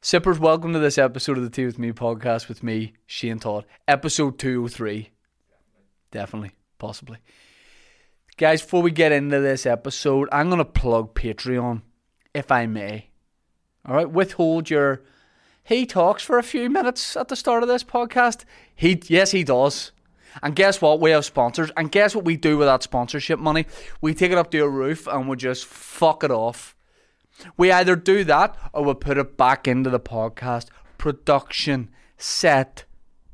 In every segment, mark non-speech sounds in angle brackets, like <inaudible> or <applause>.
Sippers, welcome to this episode of the Tea With Me podcast with me, Shane Todd. Episode 203. Definitely. Possibly. Guys, before we get into this episode, I'm going to plug Patreon, if I may. All right, withhold your. He talks for a few minutes at the start of this podcast. He, yes, he does. And guess what? We have sponsors. And guess what we do with that sponsorship money? We take it up to a roof and we just fuck it off. We either do that or we put it back into the podcast. Production, set,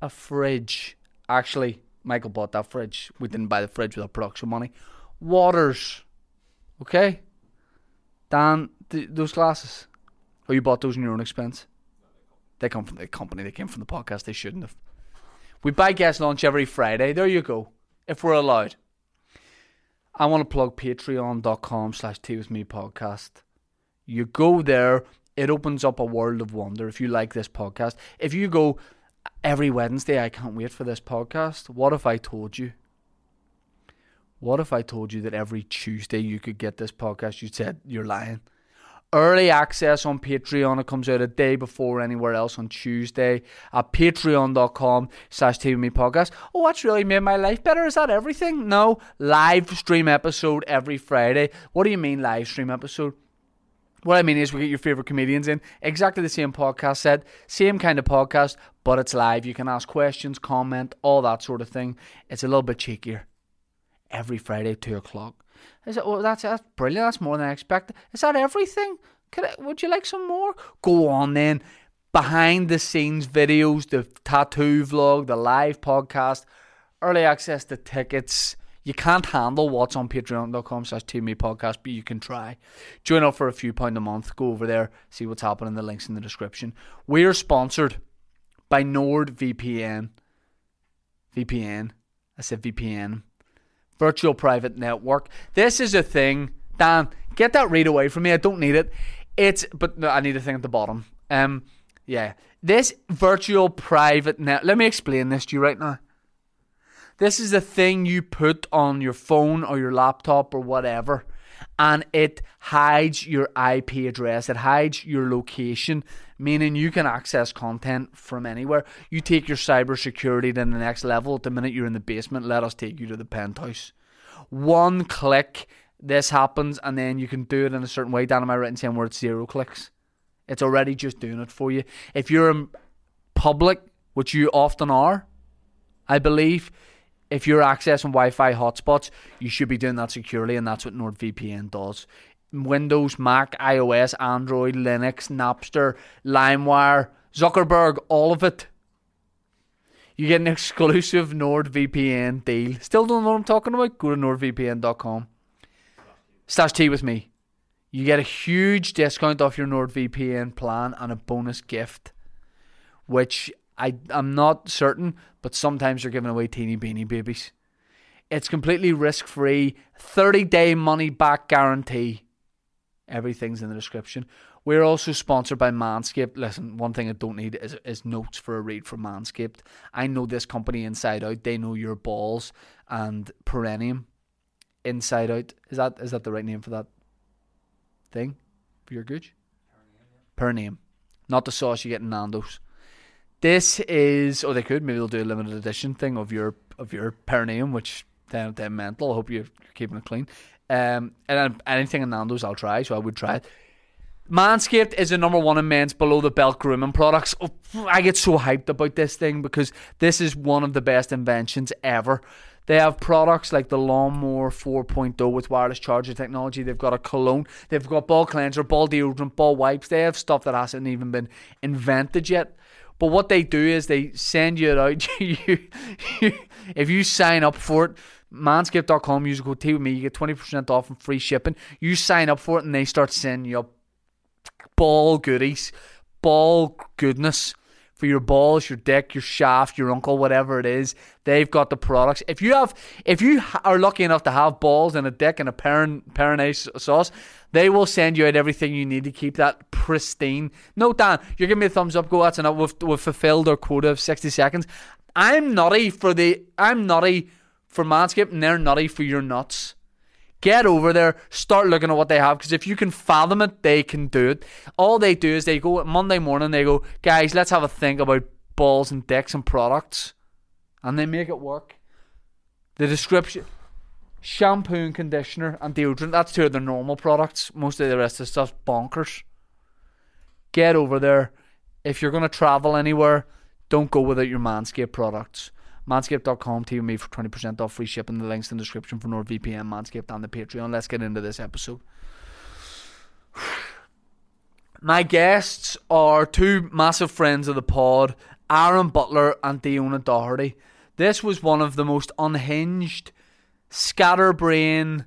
a fridge. Actually, Michael bought that fridge. We didn't buy the fridge with our production money. Waters. Okay? Dan, th- those glasses. Oh, you bought those on your own expense? They come from the company. They came from the podcast. They shouldn't have. We buy guest lunch every Friday. There you go. If we're allowed. I want to plug patreon.com slash tea with me podcast. You go there, it opens up a world of wonder if you like this podcast. If you go every Wednesday, I can't wait for this podcast. What if I told you? What if I told you that every Tuesday you could get this podcast? You said you're lying. Early access on Patreon. It comes out a day before anywhere else on Tuesday at patreon.com slash TV podcast. Oh, that's really made my life better. Is that everything? No. Live stream episode every Friday. What do you mean live stream episode? What I mean is, we get your favorite comedians in exactly the same podcast set, same kind of podcast, but it's live. You can ask questions, comment, all that sort of thing. It's a little bit cheekier. Every Friday, two o'clock. I said, "Oh, that's that's brilliant. That's more than I expected. Is that everything? Could I, would you like some more? Go on then. Behind the scenes videos, the tattoo vlog, the live podcast, early access to tickets. You can't handle what's on patreon.com slash me podcast, but you can try. Join up for a few pound a month. Go over there, see what's happening. The link's in the description. We're sponsored by NordVPN. VPN. I said VPN. Virtual private network. This is a thing. Dan, get that read away from me. I don't need it. It's but no, I need a thing at the bottom. Um, yeah. This virtual private net. Let me explain this to you right now. This is a thing you put on your phone or your laptop or whatever, and it hides your IP address. It hides your location, meaning you can access content from anywhere. You take your cybersecurity to the next level. At the minute you're in the basement, let us take you to the penthouse. One click, this happens, and then you can do it in a certain way. Down in my written saying where it's zero clicks. It's already just doing it for you. If you're in public, which you often are, I believe if you're accessing Wi-Fi hotspots, you should be doing that securely, and that's what NordVPN does. Windows, Mac, iOS, Android, Linux, Napster, LimeWire, Zuckerberg, all of it. You get an exclusive NordVPN deal. Still don't know what I'm talking about? Go to nordvpn.com. Slash T with me. You get a huge discount off your NordVPN plan and a bonus gift which I I'm not certain, but sometimes they're giving away teeny beanie babies. It's completely risk free, 30 day money back guarantee. Everything's in the description. We're also sponsored by Manscaped. Listen, one thing I don't need is, is notes for a read from Manscaped. I know this company inside out. They know your balls and perineum inside out. Is that is that the right name for that thing? For your gooch? Perineum. Not the sauce you get in Nando's. This is, or they could maybe they'll do a limited edition thing of your of your perineum, which ten out of ten mental. I hope you're keeping it clean. Um, and um, anything in Nando's, I'll try. So I would try it. Manscaped is the number one in men's below the belt grooming products. Oh, I get so hyped about this thing because this is one of the best inventions ever. They have products like the Lawnmower 4.0 with wireless charger technology. They've got a cologne. They've got ball cleanser, ball deodorant, ball wipes. They have stuff that hasn't even been invented yet. But what they do is they send you it out. <laughs> you, you, if you sign up for it, manscaped.com, use the code T with me, you get 20% off and free shipping. You sign up for it and they start sending you up ball goodies, ball goodness for your balls, your dick, your shaft, your uncle, whatever it is. They've got the products. If you have, if you ha- are lucky enough to have balls and a dick and a parent parent sauce, they will send you out everything you need to keep that pristine. No, Dan, you're giving me a thumbs up. Go, that's enough. We've, we've fulfilled our quota of 60 seconds. I'm nutty for the. I'm nutty for Manscaped, and they're nutty for your nuts. Get over there, start looking at what they have, because if you can fathom it, they can do it. All they do is they go Monday morning, they go, guys, let's have a think about balls and dicks and products, and they make it work. The description shampoo and conditioner and deodorant, that's two of their normal products. Most of the rest of the stuff's bonkers. Get over there. If you're going to travel anywhere, don't go without your Manscaped products. Manscaped.com, team me for 20% off free shipping. The link's in the description for NordVPN, Manscaped, and the Patreon. Let's get into this episode. <sighs> My guests are two massive friends of the pod, Aaron Butler and Diona Doherty. This was one of the most unhinged, scatterbrain,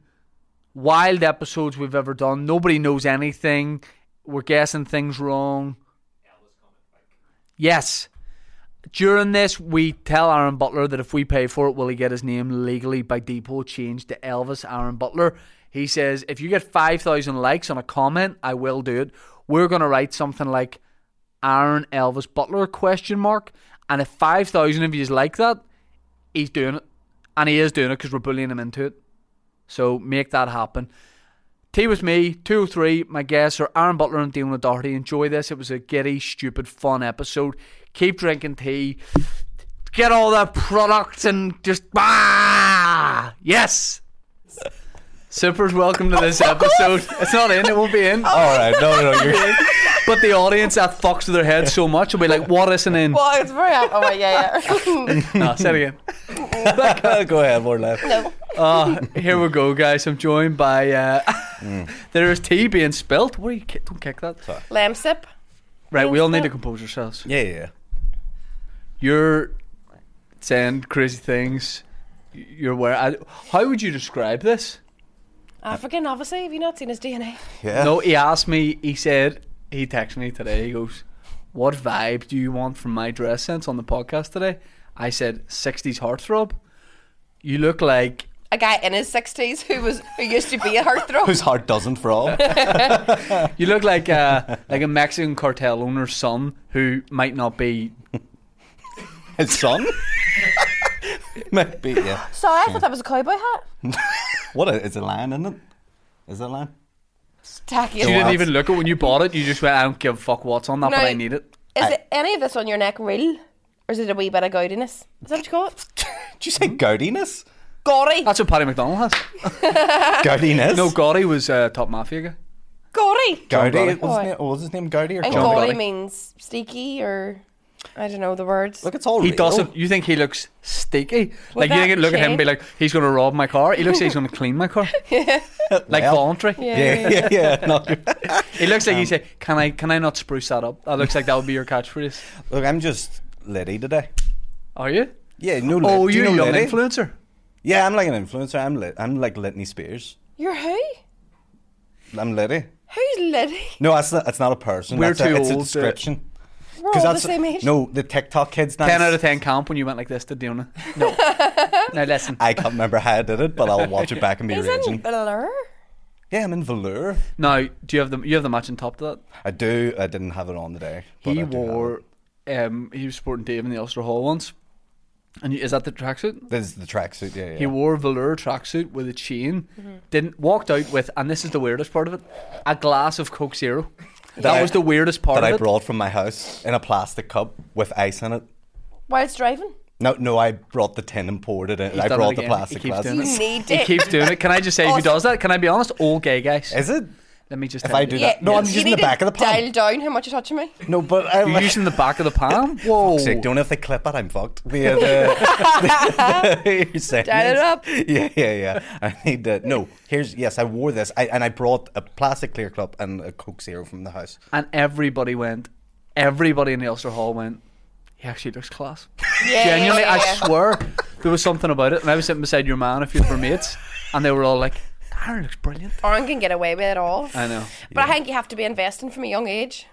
wild episodes we've ever done. Nobody knows anything. We're guessing things wrong. Yes. During this, we tell Aaron Butler that if we pay for it, will he get his name legally by Depot changed to Elvis Aaron Butler? He says, if you get 5,000 likes on a comment, I will do it. We're going to write something like Aaron Elvis Butler question mark. And if 5,000 of you like that, he's doing it. And he is doing it because we're bullying him into it. So make that happen. Tea with me, 203. My guests are Aaron Butler and Dion Doherty. Enjoy this. It was a giddy, stupid, fun episode. Keep drinking tea. Get all the products and just. Ah! Yes! Supers, welcome to this episode. It's not in, it won't be in. All right, no, no, <laughs> no. You're, But the audience that fucks with their head so much will be like, what isn't in? Well, it's very. Oh my yeah, <laughs> yeah. No, say it again. <laughs> go ahead, more left. no. Uh, here we go, guys. I'm joined by. Uh, <laughs> There is tea being spilt. What are you ki- Don't kick that. Lamb sip. Right, we all need to spilt. compose ourselves. Yeah, yeah, yeah. you're saying crazy things. You're aware. I, how would you describe this? African, obviously. Have you not seen his DNA? yeah. No, he asked me. He said he texted me today. He goes, "What vibe do you want from my dress sense on the podcast today?" I said, "60s heartthrob." You look like A guy in his sixties who was who used to be a heartthrob. <laughs> Whose heart doesn't <laughs> throb? you look like a like a Mexican cartel owner's son who might not be. <laughs> His son? Might be, yeah. Sorry, I thought that was a cowboy hat. What? A, it's a lion, isn't it? Is it a lion? It's tacky. as You didn't well. even look at <laughs> when you bought it. You just went, "I don't give a fuck what's on that, but No. I need it." Is it any of this on your neck real, or is it a wee bit of gaudiness? Is that what you call it? <laughs> Uh, Did you say Hmm? gaudiness? Gaudy. That's what Paddy McDonald has. Gaudiness? No, Gotti was uh, top mafia guy. Gaudy. Gaudy. Gaudy. What was, his name, what was his name? Gaudy or And Gaudy? Gaudy. gaudy means sneaky, or I don't know the words. Look, it's all He real. doesn't. You think he looks stinky? Like you that think look at him and be change? like, he's going to rob my car. He looks like he's going to clean my <laughs> car, <laughs> like Well, voluntary. Yeah, Um, yeah, yeah. No. He looks like he said, "Can I? Can I not spruce that up?" That looks like that would be your catchphrase. Look, I'm just litty today. <laughs> Are you? Yeah, no. Lit. Oh, Do you're you a know young litty? influencer. Yeah, I'm like an influencer. I'm lit. I'm like Litany Spears. You're who? I'm litty. Who's Liddy? No, that's not, that's not a person. We're that's a, too it's a old to- description. We're all Because the that's same age. no the TikTok kids. Now, Ten out of ten camp when you went like this to Diona. No. <laughs> now listen. I can't remember how I did it, but I'll watch it back and be <laughs> He's raging. in Blur. Yeah, I'm in velour. Now, do you have the you have the matching top to that? I do. I didn't have it on today. but he I do have it. wore. Um, he was sporting Dave in the Ulster Hall once, and you, is that the tracksuit? This is the tracksuit. Yeah, yeah. He wore a velour tracksuit with a chain. Didn't walked out with, and this is the weirdest part of it, a glass of Coke <laughs> Zero. That I- was the weirdest part that of I it. brought from my house in a plastic cup with ice in it. Whilst driving. No, no, I brought the tin and poured it in. I done it brought the again. He plastic keeps glass. doing You it. need He it. keeps doing it. Can I just say who Awesome. does that? Can I be honest? All gay guys. Is it? Let me just. If tell I you. do that, no, I'm You using the need back to of the Dial palm. down how much you're touching me. No, but I'm You're using the back of the palm. Whoa. Sick, don't know if they clip it, I'm fucked. The, the- <laughs> the- your sentence. up. Yeah, yeah, yeah. I need to. No, here's. Yes, I wore this. I, and I brought a plastic clear cup and a Coke Zero from the house. and everybody went. Everybody in the Ulster Hall went. He actually looks class. Yeah, Genuinely, yeah, yeah. I swear there was something about it. And I was sitting beside your man, a few of our mates, and they were all like, "Aaron looks brilliant." Aaron can get away with it all. I know. But I think you have to be investing from a young age.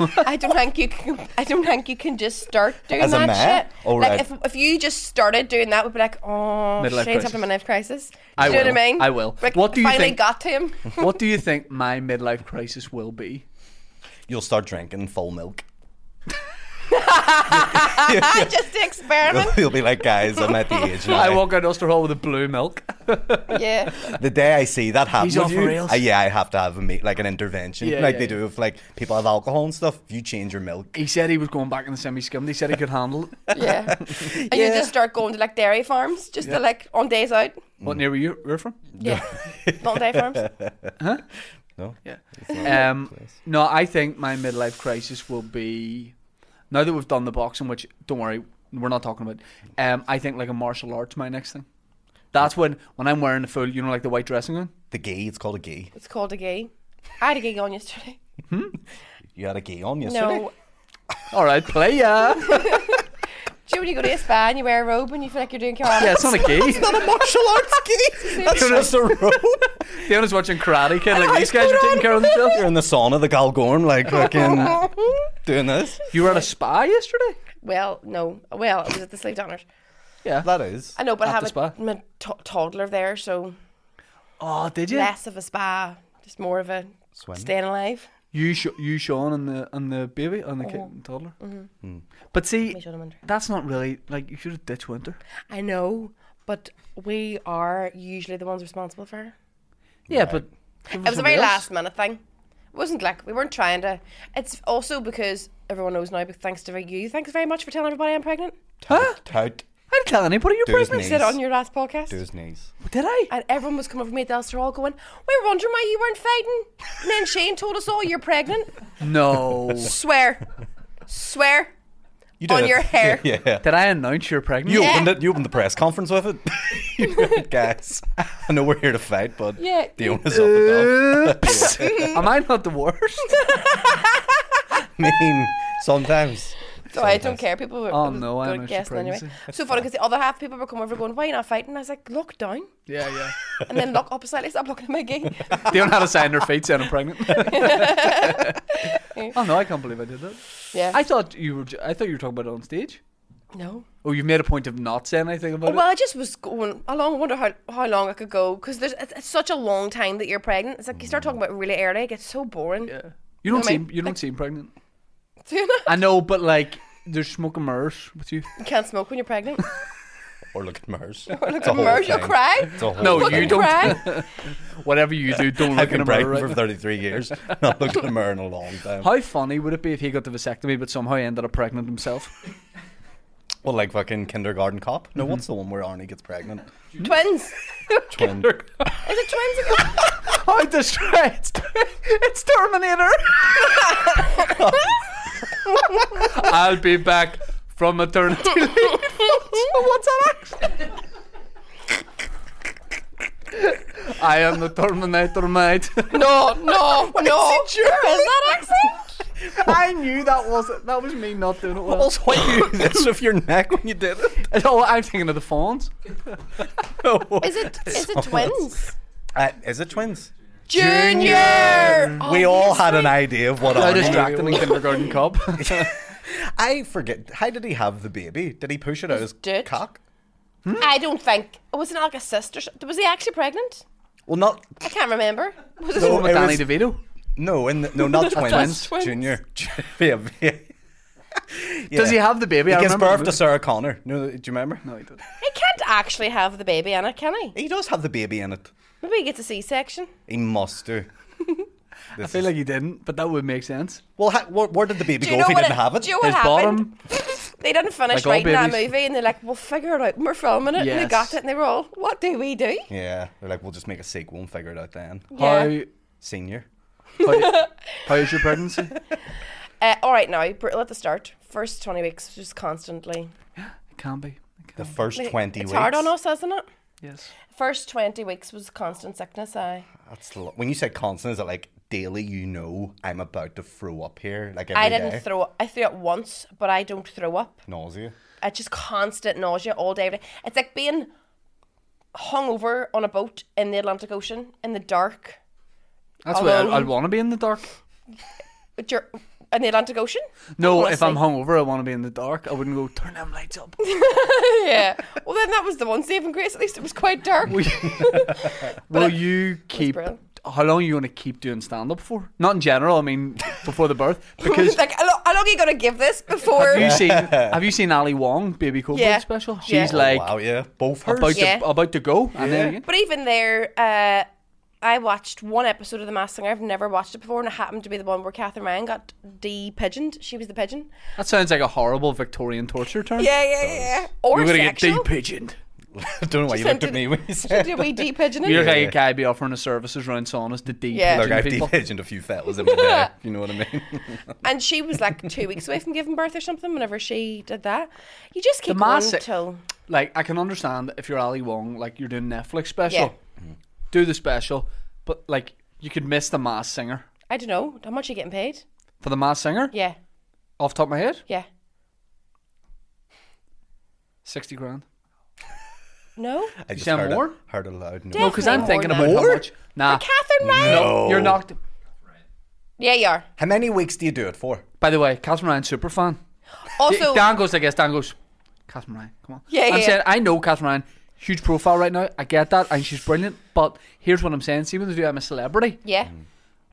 <laughs> I don't think you can. I don't think you can just start doing As a that man? shit. Oh, like right. if, if you just started doing that, we'd be like, Midlife oh, she's crisis. having a midlife crisis. Do I you know will. what I mean? I will. Like, What do you finally think- got <laughs> to him. <laughs> what do you think my midlife crisis will be? You'll start drinking full milk. just to <laughs> experiment. You'll be like, guys, I'm at the age. now. I walk out Ulster Hall with a blue milk. yeah. The day I see that happen, He's with off the you, rails. I- yeah, I have to have a meet, like an intervention, Yeah, like yeah, they yeah. do if like people have alcohol and stuff. If you change your milk, He said he was going back in the semi skimmed. He said he could handle it. <laughs> Yeah. And you just start going to like dairy farms just to like on days out. What near were you? Where from? Yeah. Not on <laughs> dairy farms. no, Yeah. Um, no, I think my midlife crisis will be now that we've done the boxing, which don't worry, we're not talking about. Um, I think like a martial arts my next thing. That's when when I'm wearing the full, you know, like the white dressing gown. the gi, it's called a gi. It's called a gay. I had a gig on yesterday. You had a gi on yesterday. No. All right, play <laughs> ya. Do you know when you go to a spa and you wear a robe and you feel like you're doing karate? Yeah, it's not a gay. Not a martial arts gi. That's Seriously. just a rope. Diona's watching Karate Kid. Like these guys are taking care of themselves. You're in the sauna, the Galgorm, like <laughs> <laughs> fucking doing this. You were at a spa yesterday. Well, no. Well, it was at the Slave Donors. Yeah. That is. I know, but I At have the a, spa? I'm a to- toddler there, so Oh, did you? less of a spa, just more of a Swim. staying alive. You, Sha- you, Sean, and the and the baby and the kid and toddler. But see, We showed him under. that's not really like you should have ditched winter. I know, but we are usually the ones responsible for her. Yeah, but It was a very last minute thing. It wasn't like we weren't trying to. It's also because everyone knows now, but thanks to you, thanks very much for telling everybody I'm pregnant. Huh? Tout. I didn't tell anybody you're Do his pregnant. knees. Said it on your last podcast. Do his knees. Did I? And everyone was coming over me at the Ulster Hall going, We were wondering why you weren't fighting. And then Shane told us all you're pregnant. No. Swear. Swear. You On did it. <laughs> your hair. Yeah. yeah. Did I announce you're pregnant? You Yeah. opened it. <laughs> You opened the press conference with it, guys. I know we're here to fight, but Yeah, the you- onus is on the Oops. Am I not the worst? dog. I mean, sometimes. So I don't care. People were Oh, it was no, I good know she's guessing anyway. pregnant. so funny because the other half people were coming over going, Why you not fighting? I was like, Lock down. <laughs> yeah, yeah. And then lock up slightly. Stop looking at <laughs> my gig. They don't know how to sign their feet saying I'm pregnant. oh no, I can't believe I did that. Yeah. I thought you were. j- I thought you were talking about it on stage. no. Oh, you made a point of not saying anything about well, I just was going along. I wonder how, how long I could go because there's it's, it's such a long time that you're pregnant. It's like you start talking about it really early. It gets so boring. it. Yeah. You don't No, mate, seem. You don't seem pregnant. <laughs> you know? I know, but like, there's smoke and mirrors with you. You can't smoke when you're pregnant. Or look at <laughs> Mars. Merge, you'll cry. No, Look, you you don't. cry. <laughs> Whatever you do, <laughs> don't I've look in been a mirror. pregnant Right for 33 years. Not looked at a mirror in a long <laughs> time. How funny would it be if he got the vasectomy but somehow ended up pregnant himself? <laughs> Well, like fucking kindergarten cop. No, Mm-hmm. what's the one where Arnie <laughs> gets pregnant? Twins. Twin. <laughs> Is it twins? again? How distressed! <laughs> it's Terminator. <laughs> I'll be back from maternity leave. So <laughs> What's that? accent? I am the Terminator, mate. <laughs> no, <laughs> no, no. Is that accent? <laughs> I knew that wasn't. That was me not doing it well. Also, why do you do this with your neck when you did it? Oh, I'm thinking of the <laughs> fawns. <laughs> Is it? Is it twins? Uh, is it twins? Junior. we all had an idea of what How Arnie. distracting in kindergarten <laughs> cop. I forget. How did he have the baby? Did he push it out his dick. cock? I don't think. Was it like a sister? Was he actually pregnant? Well, not I can't remember. Was it? With it Danny was- DeVito. no, in the, no, <laughs> not twins. twins. <laughs> Junior. <laughs> yeah, yeah. Does he have the baby? He I gives remember birth the to Sarah Connor. No, do you remember? movie. No, he didn't. He can't actually have the baby in it, can he? He does have the baby in it. Maybe he gets a C-section. He must <laughs> do. I feel like he didn't, but that would make sense. Well, ha- where, where did the baby go Do you know if he what? didn't it- have it? Do you know His what happened? <laughs> They didn't finish Like all writing that babies. movie, and they're like, "We'll figure it out. We're filming it." And they Yes. got it, and they were all, "What do we do?" Yeah, they're like, we'll just make a sequel and figure it out then. Senior. How, how, <laughs> how is your pregnancy? Uh, all right, now brutal at the start. First twenty weeks, just constantly. It can be. It The can first 20 it's weeks. hard on us, isn't it? be. Yes. First twenty weeks was constant sickness. I That's lo- when you say constant, is it like daily? You know, I'm about to throw up here. Like every I didn't day? throw. I threw up once, but I don't throw up. nausea. It's just constant nausea all day. every day. It's like being hungover on a boat in the Atlantic Ocean in the dark. That's why I, Alone. I'd want to be in the dark. But you're- In the Atlantic Ocean? <laughs> <laughs> No, Honestly. if I'm hungover, I want to be in the dark. I wouldn't go turn them lights up. Yeah. <laughs> Well, then that was the one saving grace. At least it was quite dark. Will you keep brilliant. how long are you going to keep doing stand up for? Not in general. I mean, <laughs> before the birth, because like, how lo- how long are you gonna give this before? have you seen have you seen Ali Wong Baby Coldplay Yeah. special? She's Yeah. Oh, like wow, yeah, both hers. about Yeah. to about to go, and then again. But even there, uh, I watched one episode of The Masked Singer. I've never watched it before, and it happened to be the one where Catherine Ryan got de-pigeoned. She was the pigeon. That sounds like a horrible Victorian torture term. Yeah, yeah, yeah. Or You're gonna get sexual. deep pigeoned. I <laughs> don't know why you sent looked at it- me when you said. Did we de-pigeoning? You're like a guy be offering his services round saunas to deep Yeah. Look, I've <laughs> people. de-pigeoned a few fellas in my day. You know what I mean? And she was like two weeks away from giving birth or something. Whenever she did that, you just keep The going Masked- till Like I can understand if you're Ali Wong, like you're doing Netflix special, Mm-hmm. Yeah. do the special, but like you could miss the mass singer I don't know how much are you getting paid. for the mass singer. Yeah, Off the top of my head, yeah. sixty grand. No, I just sound heard more? It, heard it loud. No, No, because I'm Definitely thinking more about than how much. Nah, Catherine Ryan. No. you're knocked. Yeah, you are. How many weeks do you do it for? By the way, Catherine Ryan super fan. Also, Dan goes, I guess. Dan goes, Catherine Ryan, come on. Yeah, I'm yeah. saying, I know Catherine Ryan, huge profile right now. I get that, and she's brilliant. But here's what I'm saying: see when they do I'm a Celebrity, yeah,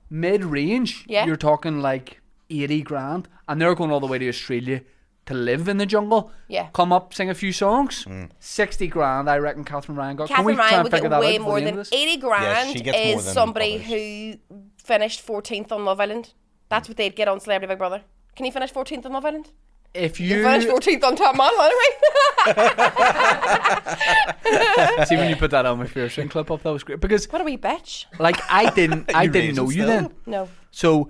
mid range, Yeah. you're talking like eighty grand, and they're going all the way to Australia to live in the jungle. Yeah. come up, sing a few songs, sixty grand. I reckon Catherine Ryan got. Can we Catherine try Ryan and would figure get that way out before more the end than of this? eighty grand. she gets more is than somebody others. who finished fourteenth on Love Island. That's what they'd get on Celebrity Big Brother. Can you finish fourteenth on Love Island? <laughs> If You finish you fourteenth on Top Model anyway. <laughs> see when you put that on my fair Shane clip up, that was great <laughs> because what a wee bitch. like I didn't, I You didn't know raging you still? then. No, So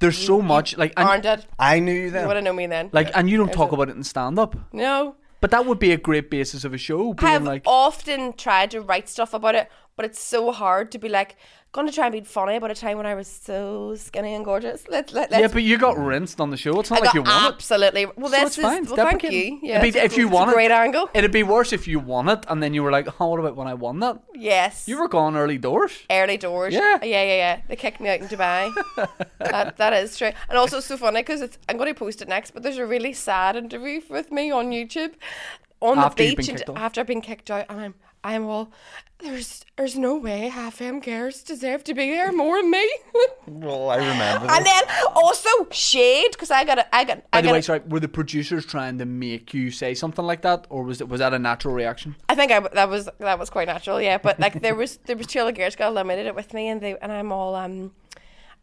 there's so much like and- aren't it? I knew you You then. would have known me then. Like, and you don't talk about it in stand up, no. but that would be a great basis of a show. I Being have like, often tried to write stuff about it, but it's so hard to be like, gonna try and be funny about a time when I was so skinny and gorgeous. Let, let, let's yeah, but you got rinsed on the show. It's not I like got you won it. absolutely. Well, So that's it's fine. Well, thank deprecating. you. Yeah, It'd be, if you it's a won it, great angle. It'd be worse if you won it and then you were like, "Oh, what about when I won that?" yes, You were gone early doors. early doors. Yeah. yeah, yeah, yeah. They kicked me out in <laughs> Dubai. that that is true, and also it's so funny because it's. I'm going to post it next, but there's a really sad interview with me on YouTube on After the you've been beach and kicked off. after I've been kicked out, and I'm I'm all. There's there's no way half them girls deserve to be here more than me. Well, I remember. and this. then also shade because I got a, I got I By the got way, a, sorry, were the producers trying to make you say something like that, or was it was that a natural reaction? I think I w that was that was quite natural, yeah. But like there was there was two other girls got eliminated it with me, and they and I'm all um,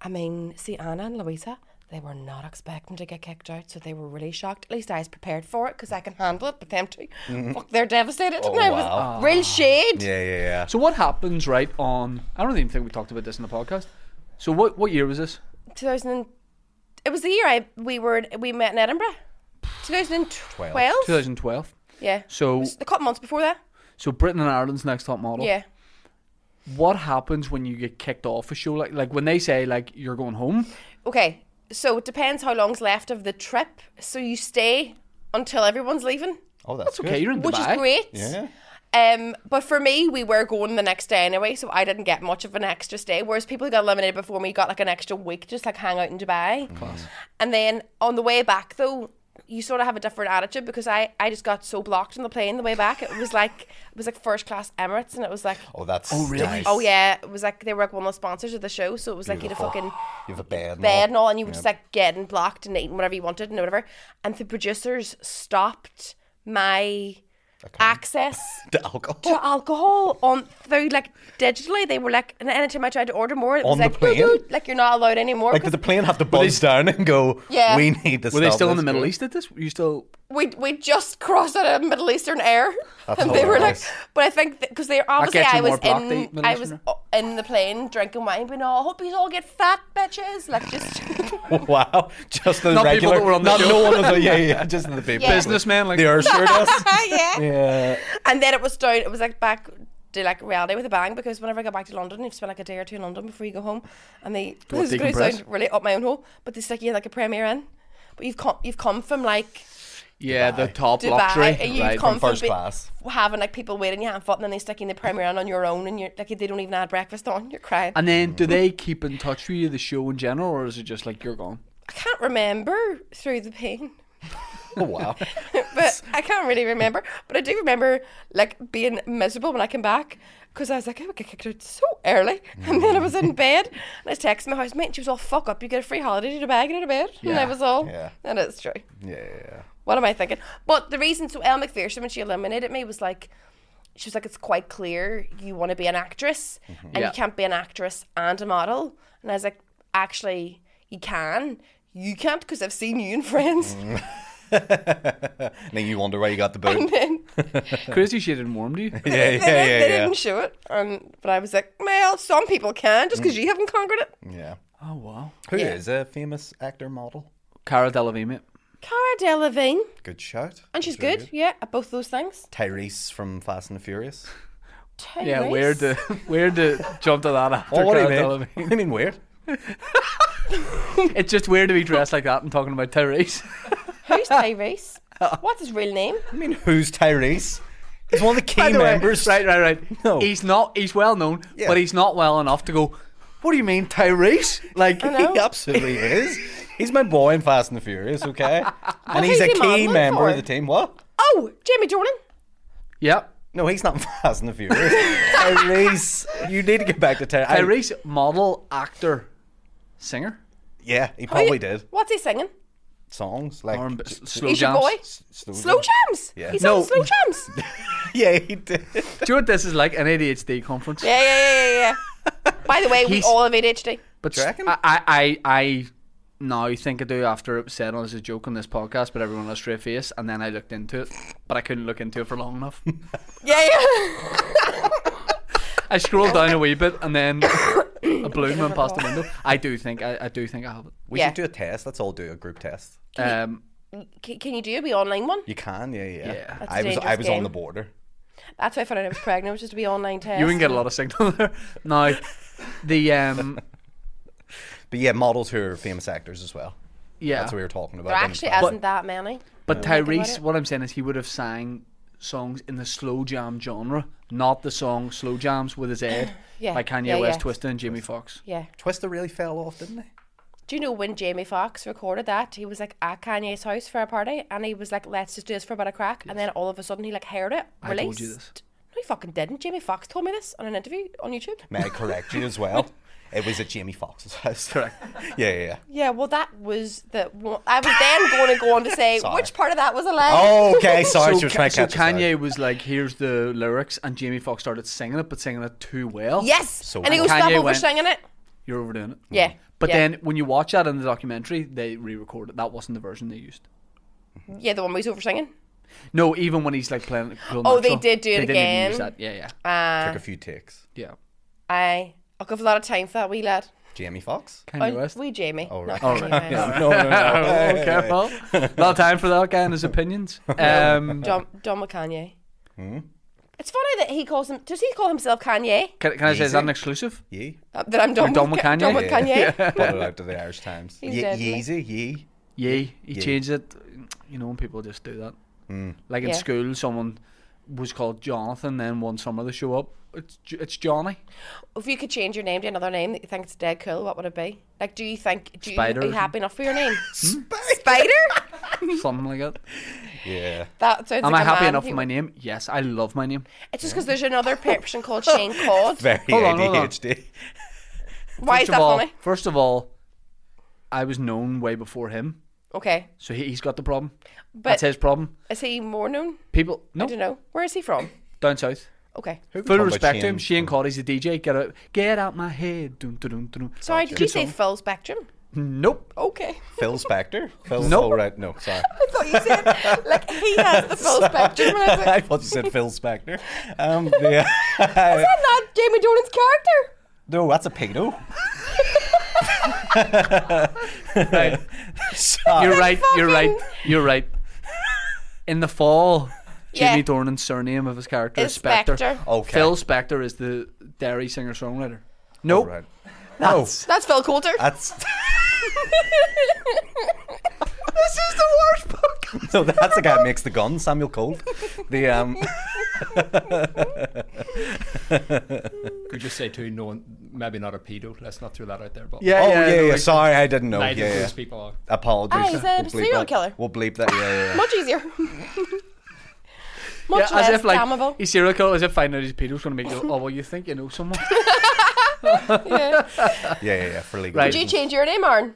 I mean, see Anna and Louisa, they were not expecting to get kicked out, so they were really shocked. At least I was prepared for it because I can handle it. But them two, fuck, they're devastated. and I was wow. real shade. yeah, yeah, yeah. So what happens right on? I don't even think we talked about this in the podcast. So what what year was this? 2000, and- it was the year I we were we met in Edinburgh, 2012. 2012. Yeah, So a couple months before that. so Britain and Ireland's next top model. Yeah, what happens when you get kicked off a show like like when they say like you're going home okay. So it depends how long's left of the trip. So you stay until everyone's leaving. Oh, that's, it's okay you're in which Dubai is great. Yeah. Um, but for me, we were going the next day anyway, so I didn't get much of an extra stay. Whereas people who got eliminated before me got like an extra week, just like hang out in Dubai. Mm. And then on the way back, though, you sort of have a different attitude because I, I just got so blocked on the plane the way back. It was like it was like first class Emirates, and it was like Oh, that's. Oh, really? Nice. oh yeah, it was like they were like one of the sponsors of the show, so it was like Beautiful. you'd a fucking You have a bed. and bed all. and all, and you were just like getting blocked and eating whatever you wanted and whatever. And the producers stopped my access <laughs> The alcohol. to alcohol on through like digitally. They were like, and anytime I tried to order more, it was On the like, plane? "Doot-doot," like you're not allowed anymore. Like, 'cause did the plane have to buzz down and go, Yeah. we need to were they still in the Middle East? East at this were you still we we just crossed out a Middle Eastern air, That's and they were like, hilarious. but I think because they obviously gets you I was more blocked, the in Middle I was Eastern o- in the plane drinking wine, but all hope you all get fat bitches. <laughs> Like just <laughs> Wow, just the Not people regular. that were on the not show. no one <laughs> of the yeah, yeah, just the people. <laughs> Yeah. Businessmen, like- they <laughs> are sure does. yeah. Yeah, And then it was down. It was like back to like reality with a bang because whenever I go back to London, you've spent like a day or two in London before you go home, and they what, this is going to decompress? sound really up my own hole, but they stick you in like a premier inn. But you've come you've come from like yeah the top Dubai, luxury and you've right come first be- class. having like people waiting you hand foot, and then they stick you in the premier inn on your own, and you're like they don't even add breakfast on. You're crying. and then do they keep in touch with you the show in general or is it just like you're gone I can't remember through the pain. Oh, wow. <laughs> but I can't really remember. But I do remember like being miserable when I came back because I was like, "Oh, I would get kicked out so early. <laughs> And then I was Mm. in bed and I texted my housemate and she was all, fuck up, you get a free holiday to the bag, get out of bed. And I Yeah, was all, yeah. that is true. Yeah. What am I thinking? But the reason, so Elle McPherson, when she eliminated me, was like, she was like, it's quite clear you want to be an actress and Mm-hmm. Yeah. you can't be an actress and a model. And I was like, actually, you can. You can't because I've seen you in Friends. <laughs> And <laughs> then you wonder why you got the boot. And then Crazy she didn't warm to you. <laughs> yeah, they, yeah, didn't- they yeah, didn't show it. And, but I was like, well, some people can just because Mm. you haven't conquered it. yeah. Yeah. Oh wow. Who Yeah. is a famous actor model? Cara Delevingne. mate. Cara Delevingne. Good shout. And she's That's really good, yeah, at both those things. Tyrese from Fast and the Furious. Yeah, Tyrese. weird to <laughs> weird to jump to that after Oh, what do you Cara mean? Delevingne. What do you mean weird? It's just weird to be dressed like that and talking about <laughs> Tyrese. <laughs> Who's <laughs> Tyrese? Oh. What's his real name? I mean, who's Tyrese? He's one of the <laughs> key By the way- members. right, right, right. No. He's not. He's well known, Yeah. but he's not well enough to go. What do you mean, Tyrese? Like I <laughs> know. he absolutely is. He's my boy in Fast and the Furious, <laughs> okay? and he's a who's he key modelling member for? of the team. What? Oh, Jamie Jordan. Yep. No, he's not in <laughs> Fast and the Furious. Tyrese, you need to get back to Tyrese. Tyrese, model, actor, singer, Yeah, he Who- probably did What's he singing? Mm-hmm. songs like or um, s- slow He's your jams. boy. s- slow, Slow Jam. jams. Yeah. He's No. on <laughs> slow jams. yeah, <laughs> Yeah, he did. <laughs> Do you know what this is like? An ADHD conference. yeah, yeah, yeah, yeah. By the way, we He's- all have ADHD. But Do you reckon? I, I, I, I now think I do after it was said on as a joke on this podcast, but everyone had a straight face, and then I looked into it, but I couldn't look into it for long enough. Yeah, yeah. <laughs> I scrolled down a wee bit, and then a balloon went past the window. I do think I, I do think I have it. We Yeah. should do a test. Let's all do a group test. Um, can, can you do a online one? You can, yeah, yeah. Yeah. That's a I was, I dangerous was on game. the border. That's why I found out I was pregnant. It was just a be online test. you can get a lot of signal <laughs> there. Now, the um, But yeah, models who are famous actors as well. yeah, That's what we were talking about. There when it's actually Fast. isn't that many. but about Tyrese, it. what I'm saying is he would have sang songs in the slow jam genre, not the song slow jams with his head Yeah, by Kanye yeah, West, yeah. Twista, and Jamie Foxx. Yeah. Twister really fell off, didn't he? Do you know when Jamie Foxx recorded that? He was like at Kanye's house for a party, and he was like, "Let's just do this for a bit of crack." And then all of a sudden, he like heard it I released. told you this. No, he fucking didn't. Jamie Foxx told me this on an interview on YouTube. May I correct you as <laughs> well? It was at Jamie Foxx's house. Correct. <laughs> Yeah, yeah, yeah. Yeah, well, that was the. one I <laughs> was then going to go on to say Sorry. which part of that was a lie. Oh, okay. Sorry, so she was Ka- trying to so catch us out. Kanye was like, "Here's the lyrics," and Jamie Foxx started singing it, but singing it too well. Yes, So and he goes, Oh. Kanye "Stop over went- singing it." you're overdoing it. Mm. Yeah, But yeah. then when you watch that in the documentary, they re-recorded. That wasn't the version they used. yeah, the one where he's over singing. No, even when he's like playing. it real Oh, they natural, did do it they didn't even use again. Uh, that. Yeah, yeah, Took a few takes. yeah. I I'll give a lot of time for that wee lad. Jamie Foxx? Kanye Oh, West. wee Jamie. Oh, right. No, Oh, Kanye <laughs> West. No, no, no. <laughs> okay, well, <laughs> not time for that guy and his opinions. Um, Don Don with Kanye. Hmm? It's funny that he calls him. Does he call himself Kanye? can, can I say is Yeezy. that an exclusive? Yee. Uh, that I'm done You're done with, with Ka- Kanye? Done with <laughs> Yeah. <laughs> Kanye. Put it out to the Irish Times. He's Ye- dead, mate. Yeezy, yee. Yay, he Yay. Mm. changed it. You know, when people just do that. Like in Yeah. school, someone was called Jonathan. Then one summer they show up. It's J- it's Johnny. If you could change your name to another name that you think is dead cool, what would it be? Like, do you think? Do you, Spider are or you happy something? enough with <laughs> your name? Hmm? Spike. Spider. something like that. Yeah. That sounds Am I like a happy man enough who- with my name? Yes, I love my name. It's just because there's another person called Shane <laughs> Codd. Very Hold on, hold on. ADHD. Why is First of that all, funny? first of all, I was known way before him, Okay, so he, he's got the problem. but That's his problem. is he more known? People, I don't no, know. Where is he from? down south. Okay. Full Talking about respect to him. Shane. Shane Cotty's a DJ. Get out, get out my head. Dun, dun, dun, dun. Sorry, did Good you say song. full spectrum? <laughs> Nope. Okay. Phil Spector? Phil, Nope. oh, right, no, <laughs> sorry. <laughs> I thought you <laughs> said like he has the full spectrum. And I was I like, thought you said Phil Spector. Um, yeah. is that not Jamie Dolan's character? <laughs> no, that's a pedo. Right. Sorry. You're right. You're right. fucking- You're right. In the <laughs> fall, Yeah. Jimmy Dornan's surname of his character is Is Spector. Spector. Okay. Phil Spector is the Derry singer songwriter. Nope. Right. No, That's Phil Coulter. that's <laughs> this is the worst podcast. no, that's the guy that makes the gun, Samuel Cole. The <laughs> um, Could just say too, no one, maybe not a pedo. Let's not throw that out there. But Yeah, oh yeah, yeah, no, yeah, it's- Sorry, I didn't know. neither Yeah, of yeah. those people are. Apologies. Ah, he's a bleep serial that. killer. <laughs> We'll bleep that. Yeah, yeah. yeah. Much easier. Much as less if like flammable. he's serial killer, as if finding out his pedo's gonna make you. Oh well, you think you know <laughs> someone? Yeah, yeah, <laughs> yeah, for legal. Right. Do you reasons. change your name, Aaron?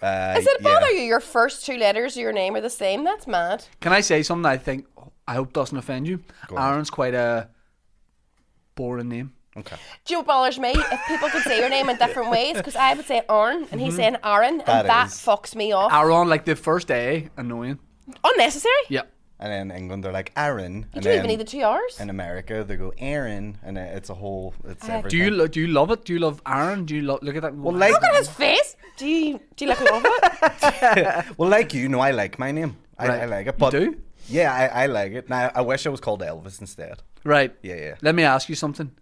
Uh, Does it yeah. bother you? Your first two letters of your name are the same. That's mad. Can I say something? I think oh, I hope doesn't offend you. on. Aaron's quite a boring name. Okay. Do you know what bothers me? If people could say your name in different ways, because I would say Aaron and he's saying Aaron, and That that, is- fucks me off. Aaron, like the first A, annoying. Unnecessary. Yeah. And in England, they're like Aaron. You and don't then even need the two R's. In America, they go Aaron, and it- it's a whole. It's Uh, everything. Do you lo- do you love it? Do you love Aaron? Do you lo- look at that? Well, like Look at his face. Do you do you like love it? Well, like you, no, I like my name. I, Right. I like You it. But do? Yeah, I, I like it. Now, I wish I was called Elvis instead. right. Yeah, yeah. Let me ask you something.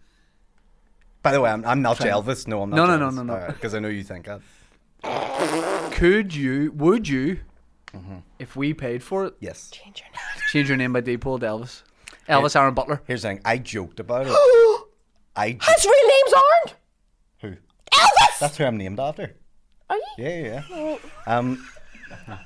By the way, I'm, I'm not Elvis. No, I'm not. No, no, no, no, no. Because I know you think that. Could you? Would you? Mm-hmm. If we paid for it, Yes. Change your name. change your name by default to Elvis. Elvis Aaron Butler. Here's the thing. I joked about it. <gasps> I jo- His real name's Aaron. who? Elvis. That's who I'm named after. Are you? Yeah, yeah. Oh. yeah. Um,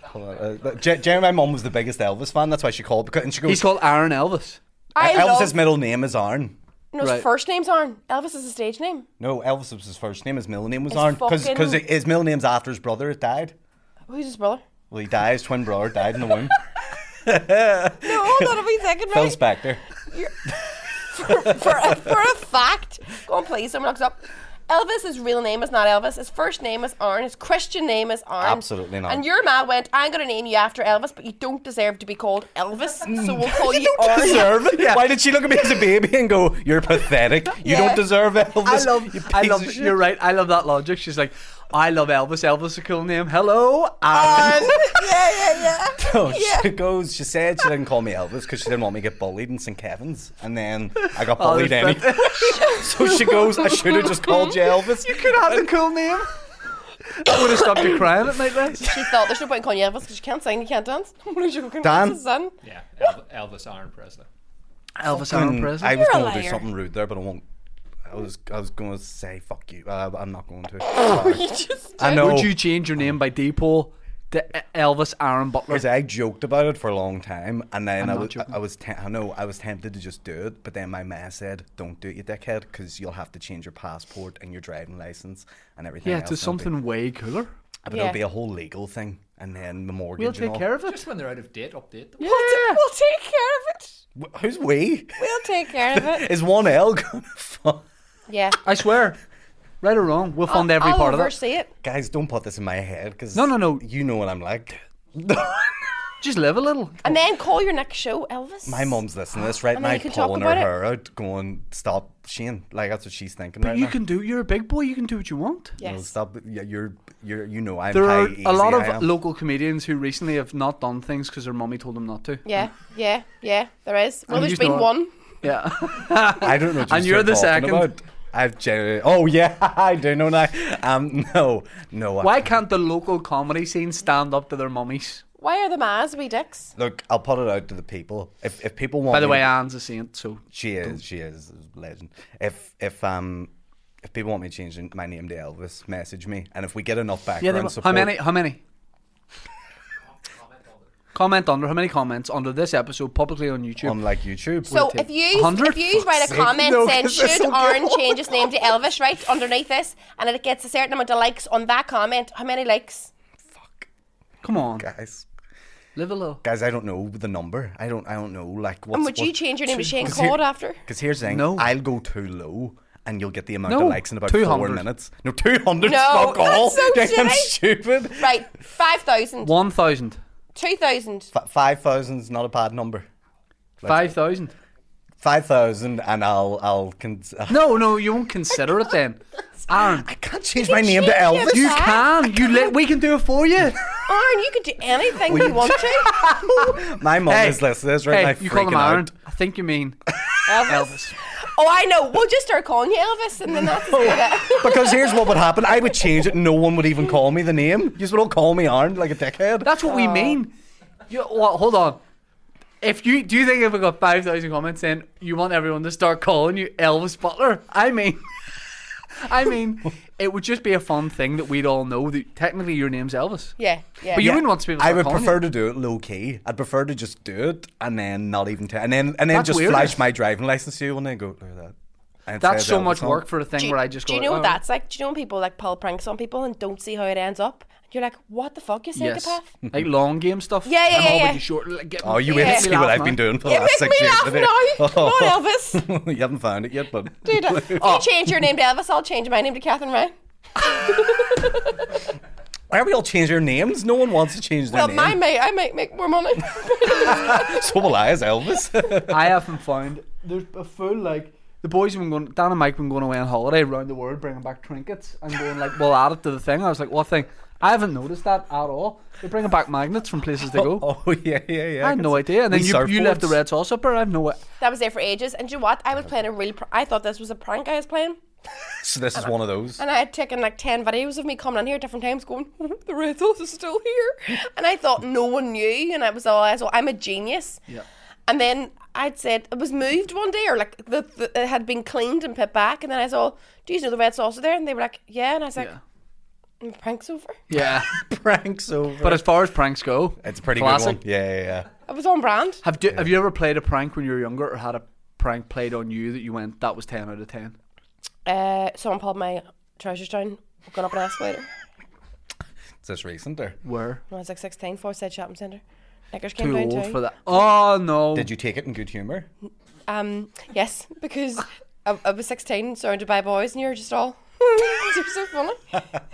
hold on. Uh, but Je- Jerry, my mum was the biggest Elvis fan. That's why she called because and she goes. "E-, He's called Aaron Elvis. I Elvis's love. middle name is Arn. No, his Right. first name's Aaron. Elvis is his stage name. No, Elvis was his first name. His middle name was It's Arn because fucking- because his middle name's after his brother. had died. Who's his brother? Well, he died. His twin brother died in the <laughs> womb. No, hold on a wee second, Phil right? <laughs> Spector. You're- for, for, a, for a fact, go and please, someone looks up. Elvis, his real name is not Elvis. His first name is Arn. His Christian name is Arn. Absolutely not. And your ma went, I'm going to name you after Elvis, but you don't deserve to be called Elvis, so we'll call you, Arn. Deserve it? Why did she look at me as a baby and go, "You're pathetic. You Yeah. don't deserve Elvis." I love. you I piece love. of shit." You're right. I love that logic. She's like, I love Elvis. Elvis is a cool name. Hello, Aaron. <laughs> <laughs> yeah, yeah, yeah. So she goes, she said she didn't call me Elvis because she didn't want me to get bullied in St. Kevin's. And then I got Oh, bullied there's anyway. <laughs> so she goes, I should have just <laughs> called you Elvis. you could have a cool name. <laughs> That would have stopped you crying at night, right? She thought there's no point in calling you Elvis because you can't sing, you can't dance. <laughs> I'm only joking. Dan? It's his son. Yeah, Elv- Elvis Aaron Presley. Elvis Aaron Presley. I was You're a going to do liar. something rude there, but I won't. I was I was going to say fuck you. Uh, but I'm <laughs> not going to. Sorry. You just I did. know. Would you change your name by default to E- Elvis Aaron Butler? Because I joked about it for a long time, and then I not was joking. I was te- I know I was tempted to just do it, but then my ma said, "Don't do it, you dickhead, because you'll have to change your passport and your driving license and everything." yeah, else to and it'll be- something way cooler. but Yeah. it'll be a whole legal thing, and then the mortgage. We'll and take all. care of it. Just when they're out of date, update them. Yeah. We'll, ta- we'll take care of it. Wh- <laughs> Who's we? We'll take care of <laughs> it. Is one L going to fuck? Yeah. I swear, right or wrong, we'll fund every I'll part of it. oversee it. Guys, don't put this in my head because No, no, no. You know what I'm like. <laughs> Just live a little. And then call your next show Elvis. my mum's listening to this right And now, then you can talk pulling her about it. hair out, going, "Stop, Shane!" Like that's what she's thinking right You now. can do. You're a big boy. You can do what you want. No, Yes. stop. Yeah, you're, you're, you know, I'm. There how are easy a lot I of am. local comedians who recently have not done things because their mummy told them not to. Yeah, yeah, yeah. There is. Well, And there's you've been not- one. Yeah. <laughs> I don't know. What And you're the talking second. About. I've genuinely. Oh yeah, <laughs> I do know now. Um, no, no. I- Why can't the local comedy scene stand up to their mummies? Why are the Mars wee dicks? Look, I'll put it out to the people. If if people want, By the me way, to- Anne's a saint, so she is, she is a legend. If if um. If people want me to change my name to Elvis, message me. And if we get enough yeah. background They, support, how many? How many? Comment under how many comments under this episode publicly on YouTube? on like YouTube, So take if you 100? if you write Fuck's a sake. comment No, saying 'cause this'll should go Aaron on." change his name to Elvis, right underneath this, and it gets a certain amount of likes on that comment. How many likes? fuck, Come on, guys, live a little. guys, I don't know the number. I don't, I don't know. Like, what's, And would you change your name <laughs> to Shane Cod after? Because here's the thing, No. I'll go too low. And you'll get the amount No, of likes in about 200. four minutes. No, 200 No, fuck all. <laughs> that's so Damn shitty. stupid. Right, 5,000, One thousand. 2,000. F- 5,000 is not a bad number. Five thousand. 5,000 and I'll... I'll con- No, no, you won't consider it <laughs> then, Aaron. I can't change You my can name to change Elvis. it. You I can. You let. We can do it for you. Aaron, you could do anything you want to. <laughs> my mum is listening to this right now hey, you call him freaking out. Aaron. I think you <laughs> mean Elvis. Oh, I know. We'll just start calling you Elvis, and then that's as good as- Because here's what would happen. I would change it and no one would even call me the name. You just would all call me Aaron like a dickhead. That's what we Oh. mean. You, well, hold on. If you do you think if we got five thousand comments, then you want everyone to start calling you Elvis Butler? I mean, <laughs> I mean, it would just be a fun thing that we'd all know that technically your name's Elvis. Yeah, yeah. But you wouldn't want to be. I would prefer to do it low key. I'd prefer to just do it and then not even tell, and then and then That's just weird. flash my driving license to you and then go look at that. And That's say that so much was on. work for a thing do you, where I just do go. you know "Oh, what that's like? Do you know when people like pull pranks on people and don't see how it ends up? You're like, what the fuck, you Yes, psychopath? like long game stuff. Yeah, yeah, I'm yeah, all yeah. With you short, like, get, Oh, you make wait to Yeah. me see what laugh I've now. been doing for the You last make six me years. laugh today. <laughs> now. <laughs> Come on, Elvis. you haven't found it yet, but <laughs> Oh, Dude, <laughs> uh, if Oh. you change your name to Elvis, I'll change my name to Catherine Ryan. why are we all changing our names? No one wants to change their Well, name. my mate, I might make more money. <laughs> So will I as Elvis. I haven't found there's a full like the boys have been going Dan and Mike have been going away on holiday around the world bringing back trinkets and going like we'll add it to the thing. I was like, what thing? I haven't noticed that at all. They're bringing back magnets from places they go. <laughs> oh yeah, yeah, yeah. I had no idea. And then We you, you left the surfboards. red sauce up there. I have no. that was there for ages. And do you know what? I was playing a real. Pr- I thought this was a prank I was playing. So this is one of those. And I had taken like 10 videos of me coming in here at different times going, "Hmm, the red sauce is still here. <laughs> And I thought no one knew. And I was all, I was all, I'm a genius. Yeah. And then I'd said, it was moved one day or like the, the, it had been cleaned and put back. And then I was all, do you know the red sauce is there? And they were like, yeah. And I was like, Yeah. "The prank's over. Yeah, <laughs> Pranks over. but as far as pranks go, it's a pretty classic. good one. Yeah, yeah, yeah. It was on brand. Have do, have you ever played a prank when you were younger, or had a prank played on you that you went that was ten out of ten? Uh, someone pulled my trousers down, going up an escalator. It's this recent there. Where When I was like 16, Forsyth Shopping Centre. Knickers came too down old too. for that? Oh no! Did you take it in good humor? Um, yes, because I, I was 16, surrounded by boys, and you're just all. <laughs> You're so funny.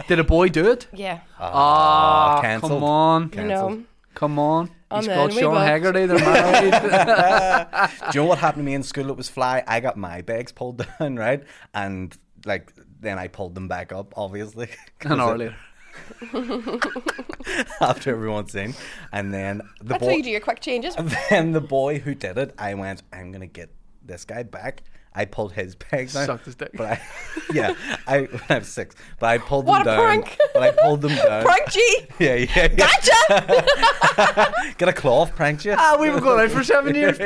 Did a boy do it? Yeah, Ah, cancelled. come on, you know. come on! He's And got then we Sean both- Haggerty. They're married. Do you know what happened to me in school? It was fly. I got my bags pulled <laughs> down, right? And like then I pulled them back up, obviously. <laughs> 'cause An hour it- later. <laughs> After everyone's in. And then the That's boy how you do your quick <laughs> changes. and <laughs> then the boy who did it, I went, I'm gonna get this guy back. I pulled his <laughs> bags down. Sucked his dick. But I, yeah, I <laughs> when I was six. But I pulled What a them down. prank. But I pulled them down. Prank G! <laughs> Yeah, yeah, yeah. <laughs> Gotcha! <laughs> Oh. Get a cloth, pranked you. Ah, we were going out for seven <laughs> years.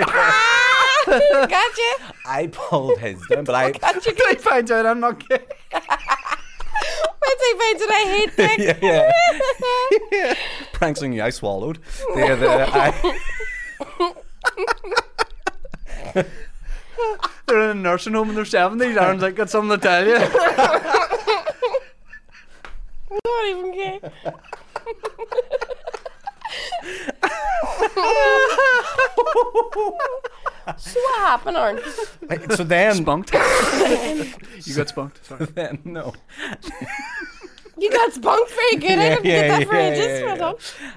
gotcha! I pulled his down, <laughs> but I Gotcha! They find out I'm not gay. That's how finds that I <laughs> hate dick. yeah, <laughs> yeah. <laughs> yeah. <laughs> Pranks on you, I swallowed. The, the, I, They're in a nursing home in their seventies. Aaron's like, got something to tell <laughs> you. Not even gay. <laughs> so what happened, Aaron? so <laughs> then, Spunked. you got spunked. Sorry. then no. You got spunked very good. I didn't get that for ages. Well done.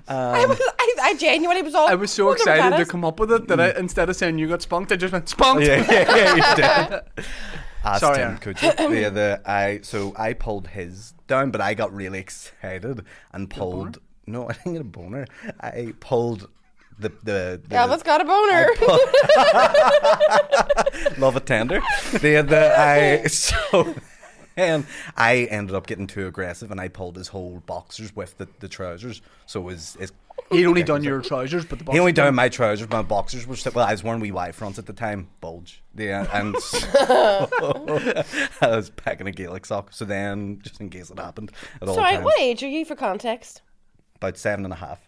I, was, I, I genuinely was all. I was so "Well done, excited to fellas." come up with it that I, instead of saying you got spunked, I just went spunked. yeah, yeah, yeah, you did. <laughs> Asked Sorry, him, Aaron. could you? The other, I so I pulled his down, but I got really excited and pulled. No, I didn't get a boner. I pulled the the, the Elvis got a boner. <laughs> love a tender. the other, <laughs> I so. And I ended up getting too aggressive, and I pulled his whole boxers with the, the trousers. So it was, it's He'd only done your trousers, but the box He only down my trousers, my boxers were still. Well, I was wearing wee wide fronts at the time, bulge. Yeah, and <laughs> so I was packing a Gaelic sock. So then, just in case it happened at all Sorry, times, what age are you for context? about seven and a half.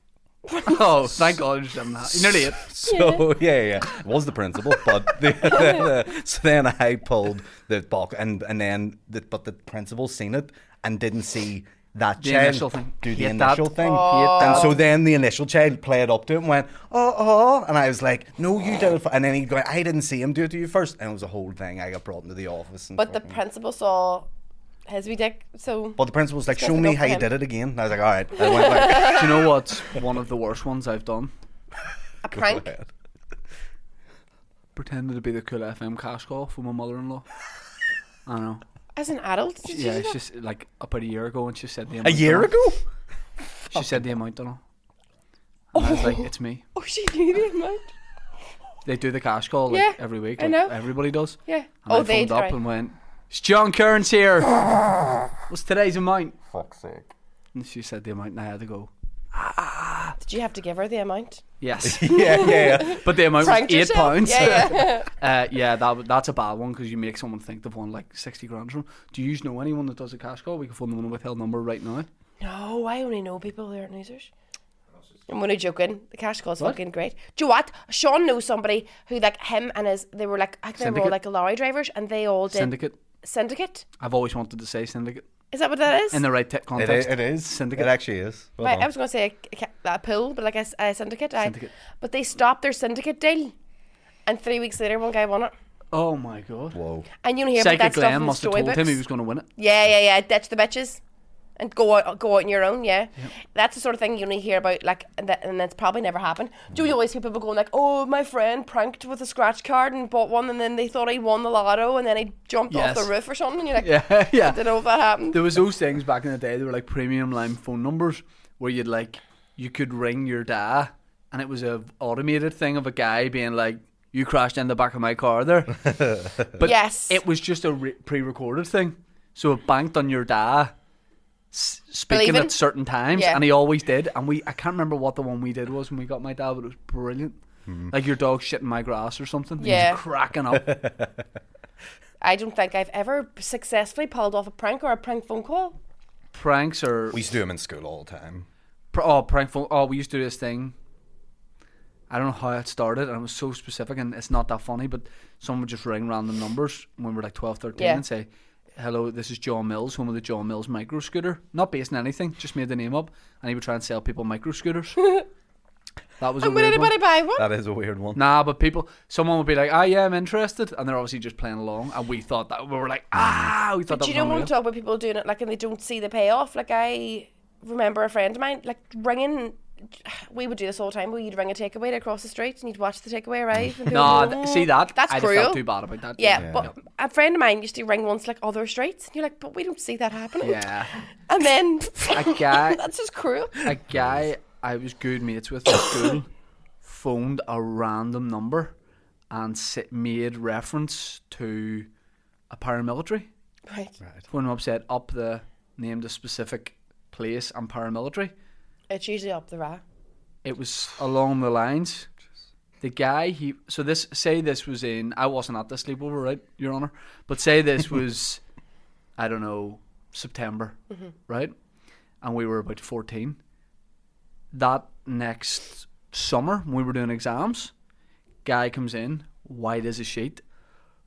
Oh, thank God! You're seven and a half. You're nearly eight. <laughs> So yeah, yeah, yeah. It was the principal, <laughs> but the, the, the- so then I pulled the box, and and then the, but the principal seen it and didn't see that The child initial thing. do the Hate that. initial thing, Oh. Hate and that. so then the initial child played up to it and went, oh oh, and I was like, no, <gasps> you did it, fir-" and then he went, I didn't see him do it to you first, and it was a whole thing. I got brought into the office, and But the fucking- principal saw his wee dick, so but the principal was like, show Disgusting me up how for you him. did it again, and I was like, all right, I <laughs> went like, Do you know what's one of the worst ones I've done? a prank. Pretended to be the cool FM cash call for my mother-in-law. I know. As an adult, did you Yeah, do it's that? just like about a year ago, and she said the amount a year done. ago. She said the amount done. And I was like, it's me. <laughs> Oh, she knew the amount. They do the cash call like Yeah, every week. I like, know. Everybody does. Yeah. And oh, I they phoned up did. and went, "It's John Kearns here. What's today's amount?" Fuck's sake. And she said the amount, and I had to go. Ah, Did you have to give her the amount? <laughs> Yes. yeah, yeah, yeah. But the amount was Pranked eight yourself? pounds. Yeah, yeah. <laughs> uh, yeah, that w- that's a bad one because you make someone think they've won like sixty grand. From. Do you know anyone that does a cash call? We can phone them on a withheld number right now. no, I only know people who aren't losers. I'm only joking. The cash call's fucking great. Do you know what? Sean knows somebody who, like, him and his, they were like, I think they were all like Syndicate? lorry drivers and they all did. Syndicate. Syndicate? I've always wanted to say syndicate Is that what that is? in the right tech It, context. i- it is. syndicate. It actually is. Well Right, I done. was going to say a, ca- a pool, er but like a, s- a syndicate. aye. Syndicate. But they stopped their syndicate deal, and three weeks later, one guy won it. oh my god. Whoa. And you don't hear about Psycho that stuff Glenn in must have told storybooks. him he was going to win it. Yeah, yeah, yeah. Ditch the bitches, and go out, go out on your own. Yeah, that's the sort of thing you only hear about. Like, and that, and that's probably never happened. Do you always hear people going like, "Oh, my friend pranked with a scratch card and bought one, and then they thought he won the lotto, and then he jumped off Yes. the roof or something." And you're like, Yeah, <laughs> yeah. "I don't know if that happened." there was those things back in the day. They were like premium line phone numbers where you'd like you could ring your dad, and it was a automated thing of a guy being like, "You crashed in the back of my car <laughs> there." but Yes. it was just a re- pre-recorded thing, so it banked on your dad s- speaking Believing? at certain times, Yeah. and he always did. And we, I can't remember what the one we did was when we got my dad, but it was brilliant. Like your dog shitting my grass or something. He Hmm. Yeah. was cracking up. <laughs> I don't think I've ever successfully pulled off a prank or a prank phone call. Pranks or We used to do them in school all the time. Pr- oh, prank phone. Oh, we used to do this thing. I don't know how it started, and it was so specific, and it's not that funny, but someone would just ring random numbers when we were like 12, 13 Yeah. and say, Hello, this is John Mills, home of the John Mills micro scooter. Not based on anything, just made the name up, and he would try and sell people micro <laughs> scooters. that was a And would weird one. anybody buy one? That is a weird one. Nah, but people, someone would be like, "Ah, yeah, I'm interested," and they're obviously just playing along, and we thought that we were like, "Ah," we thought that Do you was know when unreal. we talk about people doing it like and they don't see the payoff? Like I remember a friend of mine like ringing. We would do this all the time. Where you'd ring a takeaway to across the street and you'd watch the takeaway arrive. <laughs> And Nah, people th- go, "Mm, see that? That's I just cruel. felt too bad about that. yeah, but a friend of mine used to ring once like other streets, and you're like, but we don't see that happening. yeah. <laughs> And then guy- <laughs> that's just cruel. a guy I was good mates with at school phoned a random number and si- made reference to a paramilitary. Right, Phoned him up, said up the named a specific place and paramilitary. it's usually up the ra. It was along the lines. The guy he so this say this was in I wasn't at the sleepover, right, Your Honor? But say this was I don't know, September, right? And we were about fourteen. That next summer when we were doing exams, guy comes in, white as a sheet,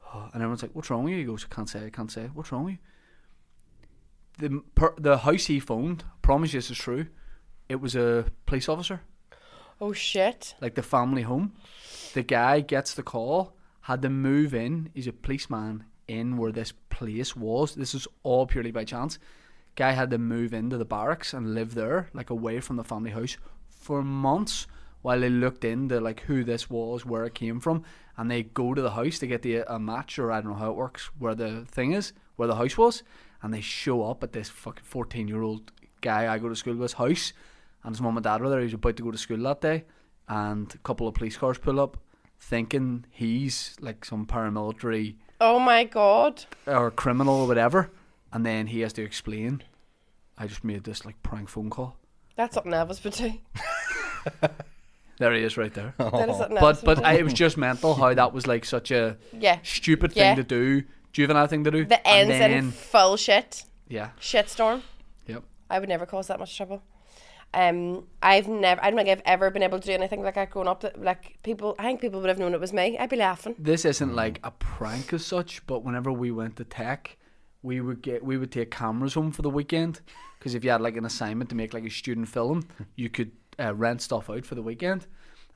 <sighs> and everyone's like, What's wrong with you? He goes, I can't say, I can't say, what's wrong with you? The m- per, the house he phoned, promise you this is true, it was a police officer Oh shit! like the family home. The guy gets the call, had to move in. He's a policeman in where this place was. This is all purely by chance. Guy had to move into the barracks and live there, like away from the family house, for months while they looked into like who this was, where it came from, and they go to the house to get the a match or I don't know how it works, where the thing is, where the house was, and they show up at this fucking fourteen year old guy I go to school with's house, and his mum and dad were there. He was about to go to school that day, and a couple of police cars pull up, thinking he's like some paramilitary Oh my god! or criminal or whatever, and then he has to explain. I just made this like prank phone call. That's something Elvis <laughs> would do. There he is, right there. That is something Oh. Elvis but would but do. I, it was just mental how that was like such a yeah, stupid Yeah. thing to do, juvenile thing to do. the and ends then in full shit. yeah, Shitstorm. yep. I would never cause that much trouble. Um, I've never, I don't think I've ever been able to do anything like that growing up. That, like people, I think people would have known it was me. I'd be laughing. this isn't like a prank as such, but whenever we went to tech, we would get we would take cameras home for the weekend because if you had like an assignment to make like a student film, you could uh, rent stuff out for the weekend.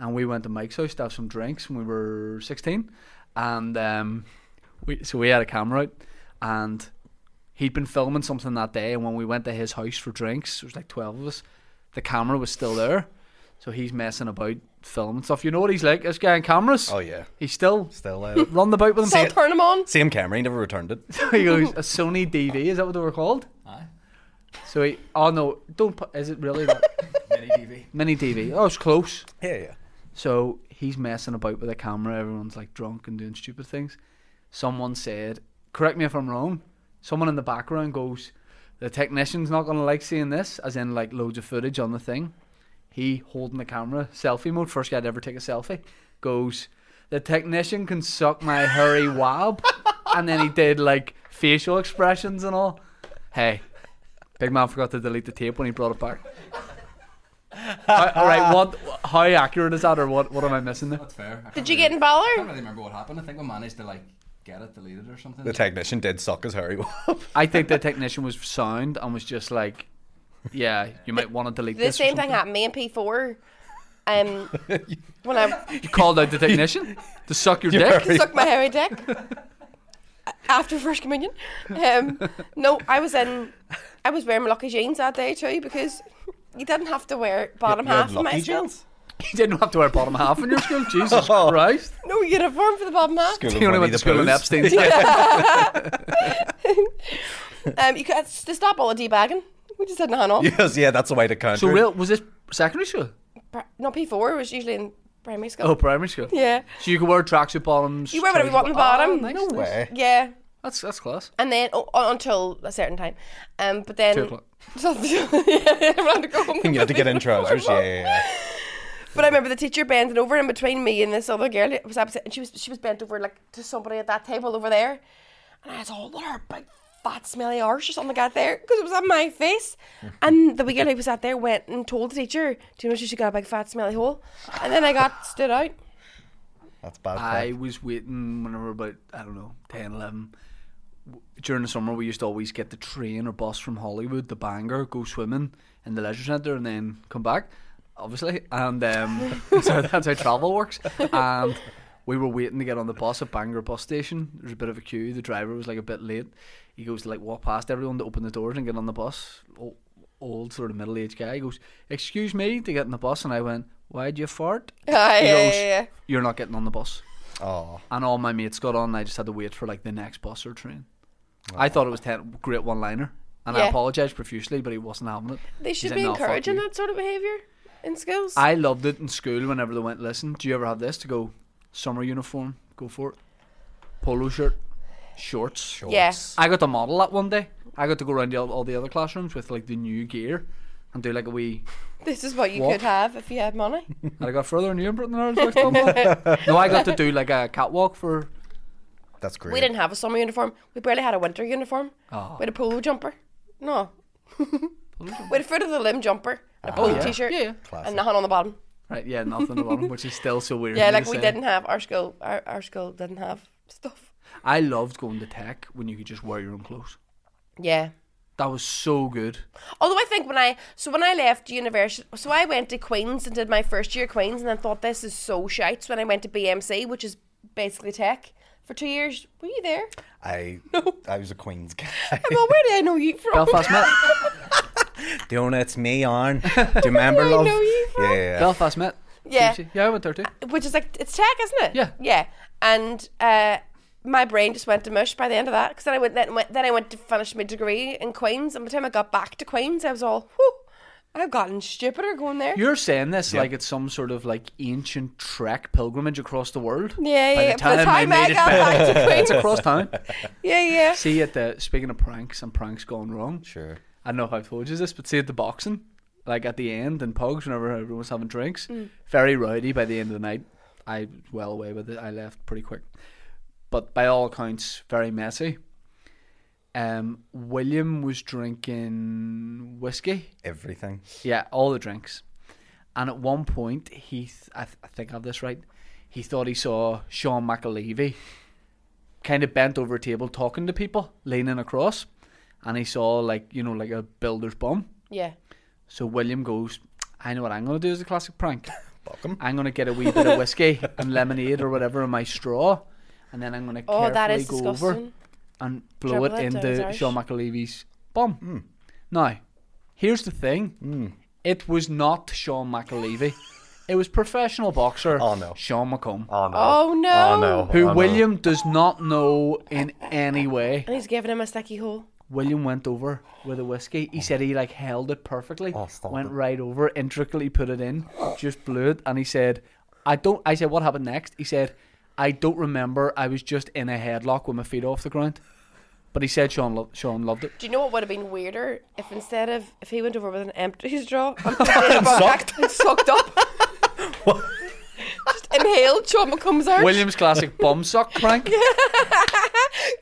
And we went to Mike's house to have some drinks when we were sixteen, and um, we so we had a camera out, and he'd been filming something that day. And when we went to his house for drinks, there was like twelve of us. The camera was still there, so he's messing about filming stuff. You know what he's like? This guy on cameras. Oh, yeah. He's still Still uh, run the boat with So I'll him. turn them on. Same camera, he never returned <laughs> it. he goes, a Sony DV, is that what they were called? Aye. So he, oh no, don't put, is it really that? Mini DV. Mini DV. Oh, it's close. Yeah, yeah. So he's messing about with the camera. Everyone's like drunk and doing stupid things. Someone said, correct me if I'm wrong, someone in the background goes, the technician's not going to like seeing this, as in like loads of footage on the thing. He holding the camera, selfie mode, first guy to ever take a selfie, goes, The technician can suck my hairy wab. <laughs> and then he did like facial expressions and all. Hey, big man forgot to delete the tape when he brought it back. How- all right, what? How accurate is that, or what? What am I missing there? That's fair. I can't Did you really- get in I can't baller? really remember what happened. I think we managed to like get it deleted or something. The technician did suck his <laughs> hairy wop. I think the technician was sound and was just like, "Yeah, you might want to delete The this." or same thing something." happened to me in P4. <laughs> Um, when I You called out the technician to suck <laughs> your dick. hairy- sucked my <laughs> hairy dick after first communion. Um, no, I was in. I was wearing my lucky jeans that day too because you didn't have to wear bottom You had half in my lucky school. jeans? You didn't have to wear bottom half in your <laughs> school. Jesus Christ! No uniform for the bottom half. School You of only Winnie went the to school in Poohs. Epstein. Um, you could to stop all the debagging. We just didn't handle. <laughs> Yes, yeah, that's the way to counter. So it. real was this secondary school? Pri- No, P4 was usually in primary school. Oh, primary school. <laughs> Yeah. So you could wear tracksuit bottoms. You wear whatever you want on the bottom. no Way. <laughs> Yeah. That's that's class. And then oh, oh, until a certain time. Um, but then. Two o'clock. <laughs> So, yeah, everyone had to go home. You had to <laughs> get in trousers. Yeah, yeah, yeah. But I remember the teacher bending over in between me and this other girl. It was opposite, and she was she was bent over like to somebody at that table over there, and I was all what her big fat smelly arse or something got there because it was on <laughs> my face. and the wee girl who was out there went and told the teacher, "Do you know she she got a big fat smelly hole?" And then I got stood out. That's bad. I prep. was waiting when I were about, I don't know, 10, 11. W- During the summer, we used to always get the train or bus from Hollywood, the Bangor, go swimming in the leisure centre and then come back, obviously. And um, <laughs> so that's how travel works. And we were waiting to get on the bus at Bangor bus station. There was a bit of a queue. The driver was like a bit late. He goes to like walk past everyone to open the doors and get on the bus. O- Old sort of middle aged guy He goes, Excuse me to get in the bus. And I went, Why'd you fart? Ah, He <laughs> yeah, goes, yeah, yeah. You're not getting on the bus Oh, and all my mates got on. And I just had to wait for like the next bus or train. I thought it was ten great one liner, and I Yeah. apologized profusely, but he wasn't having it. They He's should like, be "No, fuck encouraging you." that sort of behaviour in schools. I loved it in school whenever they went. Listen, do you ever have this to go? Summer uniform, go for it. Polo shirt, shorts. yeah. I got to model that one day. I got to go around all, all the other classrooms with like the new gear and do like a wee This is what you What? could have if you had money. and I got further in New Britain than I was like, <laughs> "Dumbo." No, I got to do like a catwalk for that's great. We didn't have a summer uniform. We barely had a winter uniform. Oh. We had a polo jumper. No. <laughs> we had a fruit of the limb jumper and a polo Ah. yeah. t-shirt Yeah, yeah. Classic. and nothing on the bottom. right, yeah, nothing about them, which is still so weird. Yeah, to me like to we say. didn't have our school. Our, our school didn't have stuff. I loved going to tech when you could just wear your own clothes. Yeah. That was so good. Although I think when I so when I left university, so I went to Queens and did my first year at Queens, and then thought this is so shite. So when I went to BMC, which is basically tech, for two years, were you there? <laughs> I I was a Queen's guy. Well, where did I know you from? Belfast, Met, <laughs> Don't it's me, <laughs> Arn. Do you remember, love? know you yeah, yeah, yeah. Belfast, Met. Yeah. BBC. yeah, I went there too. <laughs> which is like it's tech, isn't it? Yeah. yeah. And uh, my brain just went to mush by the end of that because then I went then, went then I went to finish my degree in Queens, and by the time I got back to Queens, I was all, whew, I've gotten stupider going there. You're saying this like it's some sort of like ancient trek pilgrimage across the world. yeah, By yeah. the time, I made it got back <laughs> back to Queens, across <laughs> town, yeah, yeah. see at the speaking of pranks and pranks gone wrong. Sure. I don't know if I've told you this, but see at the boxing, like at the end in pugs, whenever everyone's having drinks, very rowdy by the end of the night. I was well away with it. I left pretty quick, but by all accounts, very messy. Um, William was drinking whiskey. Everything. Yeah, all the drinks. And at one point, he, th- I, th- I think I have this right, he thought he saw Sean McAlevey kind of bent over a table talking to people, leaning across. And he saw, like, you know, like a builder's bum. Yeah. So William goes, I know what I'm going to do as a classic prank. Fuck 'em. I'm going to get a wee bit of whiskey and lemonade or whatever in my straw. And then I'm going to Oh, carefully that is go disgusting. over and blow Dribble it it down his into arse. Sean McAlevey's bum. Hmm. Now, here's the thing. It was not Sean McAlevey. it was professional boxer Oh, no. Sean McComb, Oh no. Oh, no. Oh no. who oh, William does not know in any way. And he's giving him a sticky hole. William went over with a whiskey. He said he like held it perfectly, Oh, stop went it. right over, intricately put it in, just blew it, and he said, "I don't." I said, "What happened next?" He said, "I don't remember. I was just in a headlock with my feet off the ground." But he said Sean, lo- Sean loved it. Do you know what would have been weirder if instead of if he went over with an empty straw <laughs> and, put it in a backpack and sucked up? Just inhaled, trauma comes out. Williams classic bum suck <laughs> prank.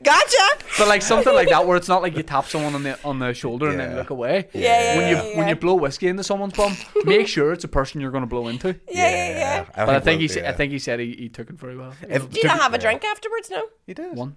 Gotcha. But like something like that, where it's not like you tap someone on the on the shoulder and then Yeah. look away. Yeah, yeah, When you yeah, yeah. when you blow whiskey into someone's bum, make sure it's a person you're going to blow <laughs> into. yeah, yeah, yeah. But I think he we'll do sa- I that. think he said he, he took it very well. If- Do you not have a drink afterwards? No. He did. One.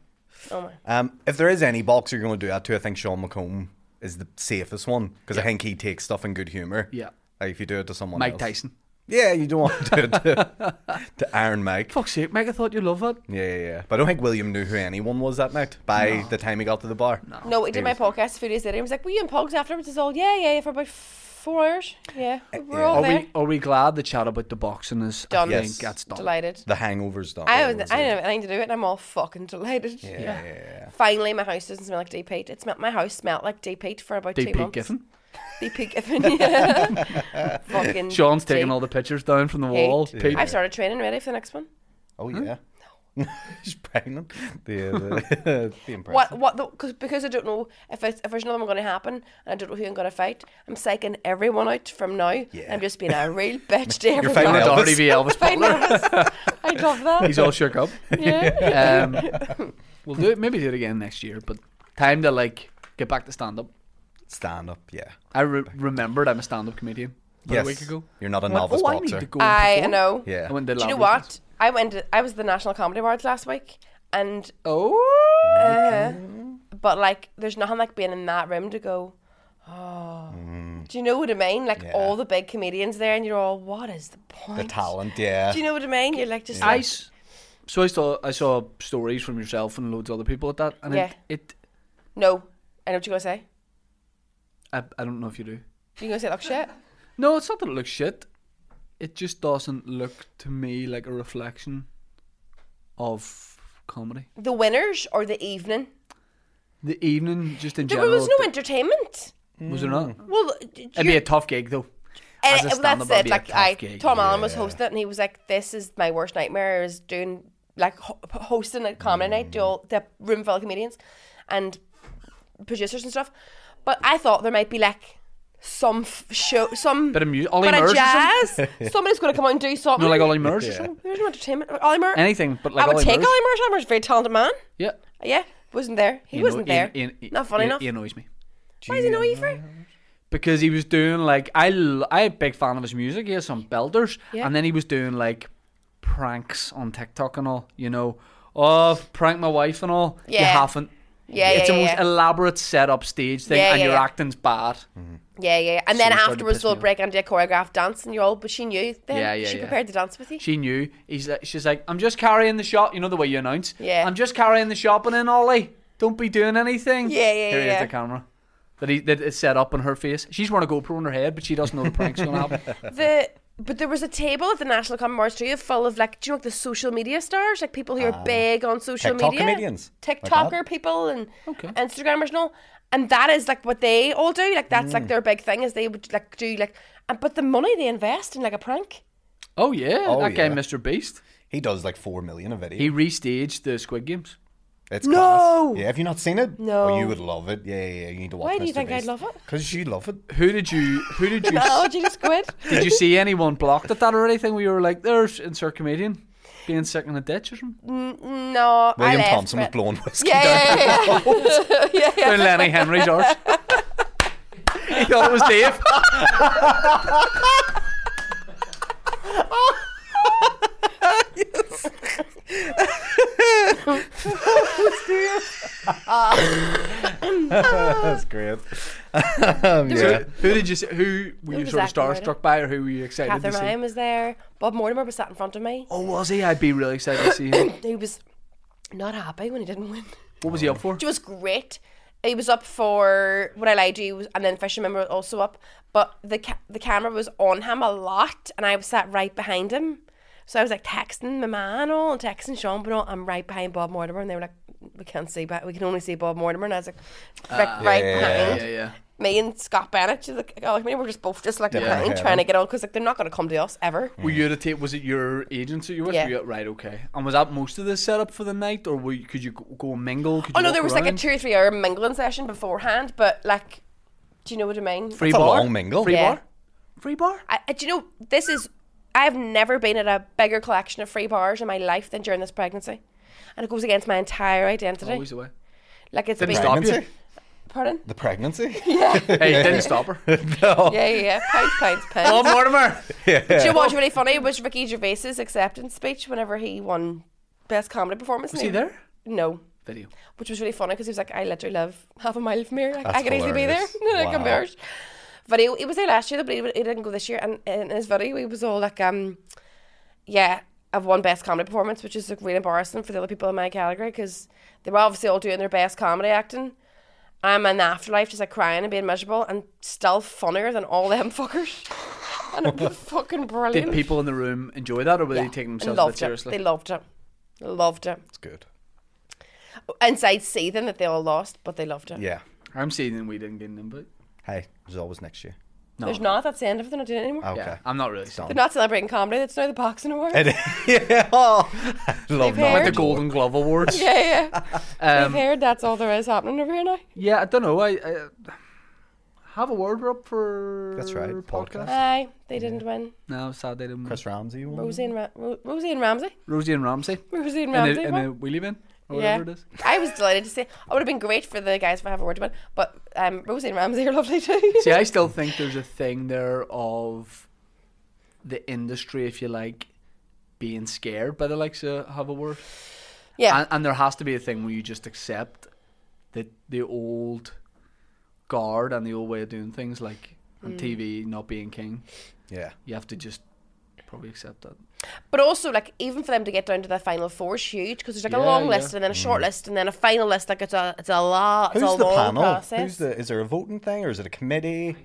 Oh my. Um, if there is any boxer you're going to do that to, I think Sean McComb is the safest one because I think he takes stuff in good humor. Yeah. Like if you do it to someone Mike else. Tyson. Yeah, you don't want to do it to, <laughs> to Iron Mike. Fuck's sake, Mike, I thought you loved that. Yeah, yeah, yeah. But I don't think William knew who anyone was that night by the time he got to the bar. No, he did my podcast a few days later. He was like, "Were you in Pogs afterwards?" It's all, "Yeah, yeah, for about four hours." Yeah, we're yeah. all Are there. Uh, Oh, we are we glad the chat about the boxing is Done. I Yes. think that's done. Delighted. The hangover's done. I was, I didn't have anything to do it, and I'm all fucking delighted. Yeah, yeah, yeah. Finally, my house doesn't smell like deep heat. It smelled my house smelled like deep heat for about two DP months. Giffen. DP Giffen. <laughs> Yeah. <laughs> fucking. Sean's taking deep all the pictures down from the hate. wall. Pete. I've started training ready for the next one. Oh, yeah. <laughs> No. She's pregnant. The, uh, the, <laughs> <laughs> the impression. What? What? The, cause, because I don't know if it's, if there's another one going to happen, and I don't know who I'm going to fight. I'm psyching everyone out from now. Yeah. I'm just being a real <laughs> bitch to You're everyone. fighting I'd Elvis. already be <laughs> Elvis I Butler. <laughs> love that. He's all shook <laughs> up. <laughs> yeah. Um, we'll do it. Maybe do it again next year. But time to like get back to stand up. Stand up, yeah. I re- remembered I'm a stand up comedian. About yes. A week ago. You're not a I went, novice oh, I boxer. need to go. and I perform." know. Yeah. I went and did Do you know lab reasons. what? I went. To, I was at the National Comedy Awards last week, and Oh. uh, but like, there's nothing like being in that room to go. Oh, do you know what I mean? Like Mm. Yeah. all the big comedians there, and you're all, what is the point? The talent, yeah. Do you know what I mean? You're like just. I Like, s- so I saw I saw stories from yourself and loads of other people at that, and Yeah. it, it no, I know what you're gonna say. I, I don't know if you do. You gonna say like shit? No, it's not that it looks shit. It just doesn't look to me like a reflection of comedy. The winners or the evening? The evening, just in There general, was no Mm. it- entertainment. was there not? Well, d- It'd be a tough gig though. And As a it- well, stand-up, that's that'd it. be a Like tough I, gig. Tom Allen was hosting it, and he was like, "This is my worst nightmare is doing like ho- hosting a comedy night to all the room full of comedians and producers and stuff." But I thought there might be like some f- show, some Bit of mu- Ollie bit of Murs or <laughs> jazz. Somebody's going to come out and do something. No, like Ollie Murs or Yeah. something. There's no entertainment. Ollie Murs. Anything, but like I would Ollie take Murs. Ollie Murs. Ollie Murs is a very talented man. Yeah, Yeah, wasn't there. He, anno- wasn't there. He, he- Not funny he- enough. He annoys me Why is he no evil? because he was doing like I l- I a big fan of his music. He has some belters, Yeah. and then he was doing like pranks on TikTok and all. You know, oh prank my wife and all. you Yeah. haven't. Yeah, yeah, it's yeah, a most yeah. elaborate setup stage thing, Yeah, and yeah, your yeah. acting's bad. Mm-hmm. Yeah, yeah. yeah. And then it started to afterwards piss they'll me off. break into a choreographed dance and you're all, but she knew then. Yeah, yeah, she yeah. prepared to dance with you. She knew. He's like, she's like, I'm just carrying the shop. You know the way you announce. Yeah. I'm just carrying the shopping in, Ollie. Don't be doing anything. Yeah, Here yeah, he is, yeah. the camera. That he that is set up on her face. She's wearing a GoPro on her head, but she doesn't know the prank's gonna <laughs> happen. the but there was a table at the National Common Awards too full of like do you know like the social media stars like people who are big on social Ah. TikTok media comedians, like that. TikToker people and Instagrammers and all and that is like what they all do like that's Mm. like their big thing is they would like do like and, but the money they invest in like a prank Oh yeah, Oh, that guy, yeah. Mr. Beast. He does like four million a video. He restaged the Squid Games. it's No! class. Yeah, have you not seen it? No. Oh, you would love it. Yeah, yeah, yeah. You need to watch Why do you think I'd love it? Because you love it. Who did you? Who <laughs> did you? oh did you <laughs> just quit did you see anyone blocked at that or anything? Where you were like, "There's insert comedian being sick in a ditch or <laughs> something." no William I left, Thompson was but- blowing whiskey yeah down. yeah yeah, yeah. <laughs> <laughs> Doing Lenny Henry's arse. <laughs> he thought it was <laughs> Dave. That's great. <laughs> Um, yeah. So who did you? see- Who were you was sort of Zachary Ryder. starstruck by, or who were you excited Catherine to see? Ryan was there Bob Mortimer was sat in front of me Oh, was he? I'd be really excited to see him. he was not happy when he didn't win What was he up <laughs> for? It was great. He was up for what I lied to you, was- and then Fisherman were also up. But the ca- the camera was on him a lot, and I was sat right behind him. So I was like texting my man and all, and texting Sean, but all, I'm right behind Bob Mortimer, and they were like, "We can't see, but we can only see Bob Mortimer," and I was like, "Right, right Ah. yeah, behind." Yeah, yeah. me and Scott Bennett, you know, like, oh, I mean, we're just both just like Yeah. behind, trying to get on because like they're not going to come to us ever. Were you at a ta- Was it your agency you were with? Yeah. Were you at- right, okay. And was that most of the setup for the night, or were you, could you go, go and mingle? Could Oh you no, walk there was like a around? two or three hour mingling session beforehand, but like, do you know what I mean? free That's a bar. long mingle. Free Yeah. bar. Free bar. I, I- do you know this is? I've never been at a bigger collection of free bars in my life than during this pregnancy, and it goes against my entire identity. Always <laughs> the way. Like it's Didn't been, stop you. Pregnancy? Pardon? The <laughs> pregnancy? Hey, didn't stop her. <laughs> no. Yeah, yeah, yeah. Pounds, pounds, pounds. <laughs> Bob Mortimer. Do you know what was really funny was Ricky Gervais's acceptance speech whenever he won Best Comedy Performance. Was he there? No. Video. Which was really funny because he was like, I literally live half a mile from here. Like, I That's could easily be there. <laughs> hilarious. like, Wow. I'm embarrassed. But he, he was there last year, but he, he didn't go this year. And in his video, he was all like, um, yeah, I've won Best Comedy Performance, which is like really embarrassing for the other people in my category because they were obviously all doing their best comedy acting. I'm in the afterlife just like crying and being miserable and still funnier than all them <laughs> fuckers. And it was fucking brilliant. Did people in the room enjoy that, or were they Yeah, taking themselves a loved bit It. seriously? They loved it. Loved it. That's good. Inside seething that they all lost, but they loved it. Yeah. I'm saying we didn't get an invite. Hey, there's always next year. Ah, No, Oh. There's not. That's the end of it. They're not doing it anymore. Okay. Yeah, I'm not really. Sorry. They're not celebrating comedy. That's now the boxing award. It- <laughs> yeah. Oh, I love Prepare. knowledge. The Golden Glove Awards. <laughs> <laughs> yeah, yeah. Um, <laughs> I've heard that's all there is happening over here now. Yeah, I don't know. I, I have a word up for That's right, podcast. Aye, they didn't win. No, sad they didn't. Chris Ramsey. won. Rosie and Ra- Ro- Rosie and Ramsey. Rosie and Ramsey. Rosie and And Ramsey. a, in won. a wheelie bin or yeah, whatever it is. I was delighted to see. I would have been great for the guys if I have a word to win, but um, Rosie and Ramsey are <laughs> lovely too. See, I still think there's a thing there of the industry, if you like, being scared by the likes of have a word. yeah, And, and there has to be a thing where you just accept that the old guard and the old way of doing things, like Mm. on TV not being king. Yeah. You have to just probably accept that. But also, like, even for them to get down to the final four is huge because there's like Yeah, a long yeah. Mm. list and then a short list and then a final list. Like, it's a it's a lot. It's Who's a the long panel? process. Who's the? Is there a voting thing or is it a committee?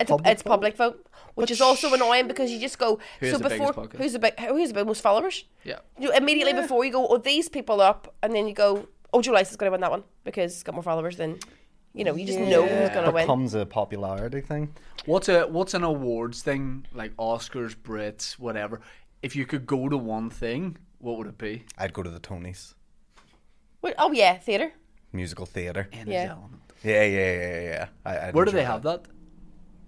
it's public a, it's public vote, which is also annoying because you just go. Who so has the biggest before pocket? who's the big, who's the big most followers? Yeah. You immediately before you go, oh these people up, and then you go, oh Julius is going to win that one because he's got more followers than, you know, you just know who's going to win. Becomes a popularity thing. What's a what's an awards thing like Oscars, Brits, whatever? If you could go to one thing, what would it be? I'd go to the Tonys Well, oh yeah, theater. musical theater. Energy Yeah. element. Yeah, yeah, yeah, yeah. yeah. I, I'd Where do enjoy they have that?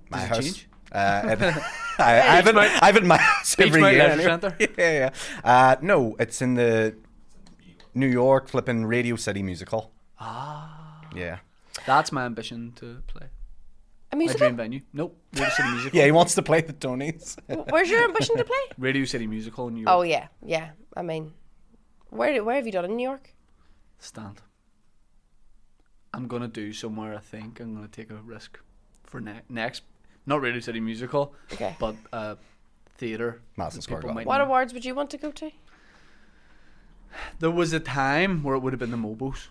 My Does it house. change? Uh, <laughs> <laughs> and- I, I have it. I have it in my house every Beachmount year. Leisure anyway. Centre? <laughs> Yeah, yeah. yeah. Uh, no, it's in the New York flipping Radio City Music Hall. Ah. Yeah. That's my ambition to play. A My dream musical. venue. Nope. Radio City <laughs> Music Hall. Yeah, he wants to play the Tonys. <laughs> Where's your ambition <laughs> to play? Radio City Music Hall in New York. Oh yeah, yeah. I mean, where where have you done it in New York? Stand. I'm gonna do somewhere. I think I'm gonna take a risk for ne- next. Not Radio City Music Hall, Okay. but uh, theater. Madison that Square people Garden. might What know. awards would you want to go to? There was a time where it would have been the <laughs> Mobos.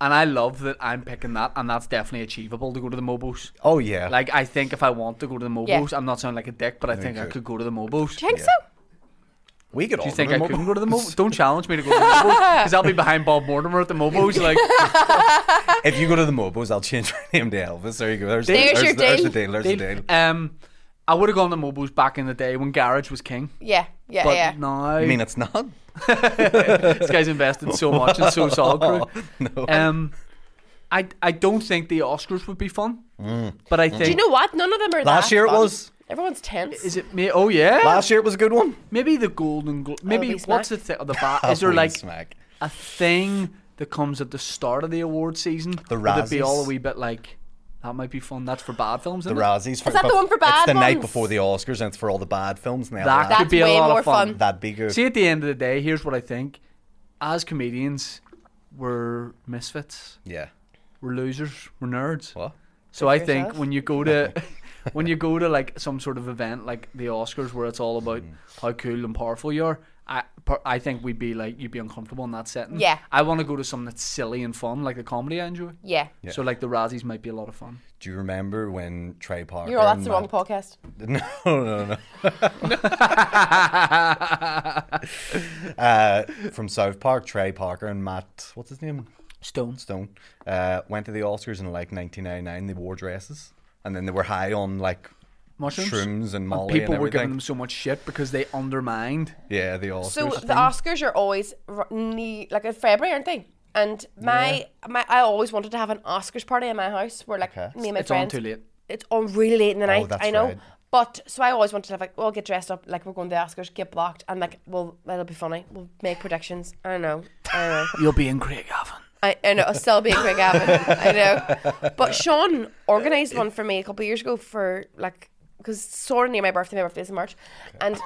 and I love that I'm picking that, and that's definitely achievable to go to the Mobos. Oh yeah. Like, I think if I want to go to the Mobos, I'm not sounding like a dick, but I think I could. could go to the Mobos. Do you think Yeah. so? we could all Do you think go I to the couldn't Mobos. go <laughs> to the Mobos? Don't challenge me to go to the Mobos, because I'll be behind Bob Mortimer at the Mobos. Like, If you go to the Mobos, I'll change my name to Elvis. There you go. There's, There's your the, there's the deal. deal. There's the deal. <laughs> um, I would have gone to Mobos back in the day when Garage was king, Yeah, yeah, but yeah. now I mean, it's not. <laughs> this guy's invested so much in so <laughs> solid Oh. crew. No. Um, I I don't think the Oscars would be fun, Mm. but I think Do you know what? None of them are. Last that year it fun. was. Everyone's tense. Is it me? Oh yeah. Last year it was a good one. maybe the golden. Glo- maybe Oh, be what's the smack. thing? The <laughs> bat. Is there Holy like smack. a thing that comes at the start of the award season? The Would it be Razzies. all a wee bit like that? Might be fun. That's for bad films. the Isn't it? Razzies? For, that the one for bad It's the night ones? before the Oscars, and it's for all the bad films. And they That have that could be a way lot more of fun. fun. that'd be good. See, at the end of the day, here's what I think: as comedians, we're misfits, yeah. we're losers, we're nerds. What? So I think yourself. when you go to <laughs> when you go to like some sort of event like the Oscars where it's all Hmm. about how cool and powerful you are, I per- I think we'd be like you'd be uncomfortable in that setting. Yeah. I want to go to something that's silly and fun, like the comedy I enjoy. yeah. So like the Razzies might be a lot of fun. Do you remember when Trey Parker? You're all, that's and the wrong Matt- podcast. <laughs> No, no, no. uh, from South Park, Trey Parker and Matt. What's his name? Stones. Stone, uh, went to the Oscars in like 1999. They wore dresses, and then they were high on like Mushrooms. shrooms and And molly and people were everything. giving them so much shit because they undermined. Yeah, the Oscars. So the Oscars are always r- nee- like in February, aren't they? And my my I always wanted to have an Oscars party in my house where like Okay. Oh, me and my It's on friends. too <laughs> late. It's on really late in the night. that's I know. right. But so I always wanted to have like, well, get dressed up like we're going to the Oscars, get blocked, and like, well, that'll be funny. We'll make predictions. I don't know. I don't know. You'll be in Craig Avon. I, I know, I'll still be a Greg Gavin. I know. But Sean organised one for me a couple of years ago for like, because sort of near my birthday, my birthday's in March. And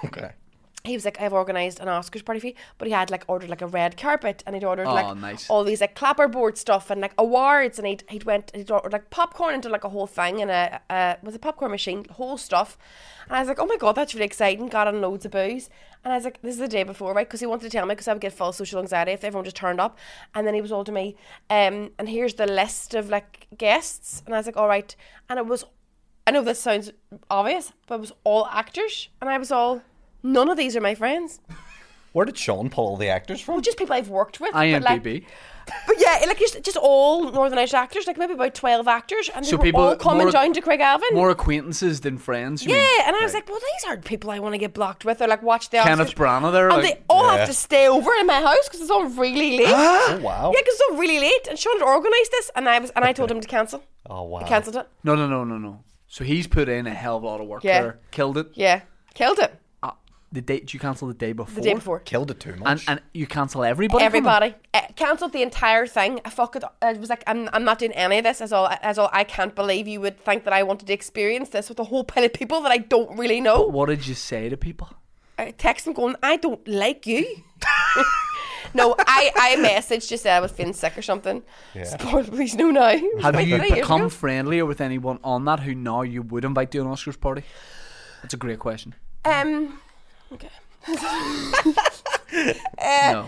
he was like, I've organised an Oscars party for you. But he had like ordered like a red carpet and he'd ordered Oh, like nice. all these like clapperboard stuff and like awards and he'd, he'd went, he'd ordered like popcorn into like a whole thing and a, a, was a popcorn machine, whole stuff. And I was like, oh my God, that's really exciting. Got on loads of booze. And I was like, this is the day before, right? Because he wanted to tell me because I would get full social anxiety if everyone just turned up. And then he was all to me, um, and here's the list of like guests. And I was like, all right. And it was, I know this sounds obvious, but it was all actors. And I was all, none of these are my friends. Where did Sean pull all the actors from? Well, just people I've worked with. but, like- IMDb. But yeah, like just, just all Northern Irish actors, like maybe about 12 actors. And they So were people- all coming more- down to Craigavon. More acquaintances than friends. You yeah, mean. and I was like, well, these aren't people I want to get blocked with or like watch the Kenneth Oscars. Branagh there. And like- Ah. they all Yeah. have to stay over in my house because it's all really late. oh wow. Yeah, because it's all really late, and Sean had organised this, and I was, and I told him to cancel. oh wow. He cancelled it. No, no, no, no, no. So he's put in a hell of a lot of work Yeah. there. Killed it. Yeah, killed it Uh, the day did you cancel the day before? the day before. Killed it too And much. and you cancel everybody. from it? Everybody uh, cancelled the entire thing. I fuck it. I was like, I'm, I'm not doing any of this. As all, as all, I can't believe you would think that I wanted to experience this with a whole pile of people that I don't really know. What did you say to people? I text them going, I don't like you. <laughs> no, I, I messaged just said I was feeling sick or something. Spoil, please no now. It <laughs> was Have about you three years become ago. friendlier with anyone on that who now you would invite to an Oscars party? That's a great question. Um. Okay. no. Yeah,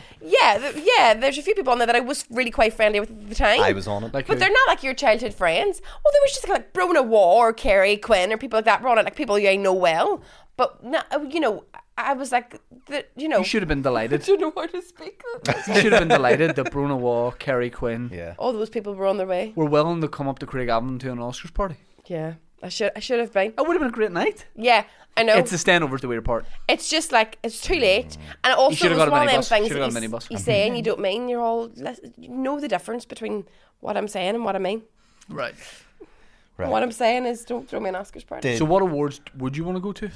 th- yeah. There's a few people on there that I was really quite friendly with at the time. I was on it. Like But who? they're not like your childhood friends. Well, they were just like Brona Waugh or Carrie Quinn or people like that. Brona, like people you I know well. But no, uh, you know, I was like, the, you know, You should have been delighted. I <laughs> don't know how to speak. <laughs> you should have been delighted that Bruno Waugh, Kerry Quinn yeah. All those people were on their way. were willing to come up to Craigavon to an Oscars party. Yeah, I should, I should have been. That would have been a great night. Yeah, I know. It's the standovers the weird part. It's just like it's too late, and also should've it's got one a of them minibus. things Should've got a that you, s- minibus. you say and you don't mean. You're all lis- you know the difference between what I'm saying and what I mean. Right. Right. What I'm saying is don't throw me an Oscars party. Did- So what awards would you want to go to?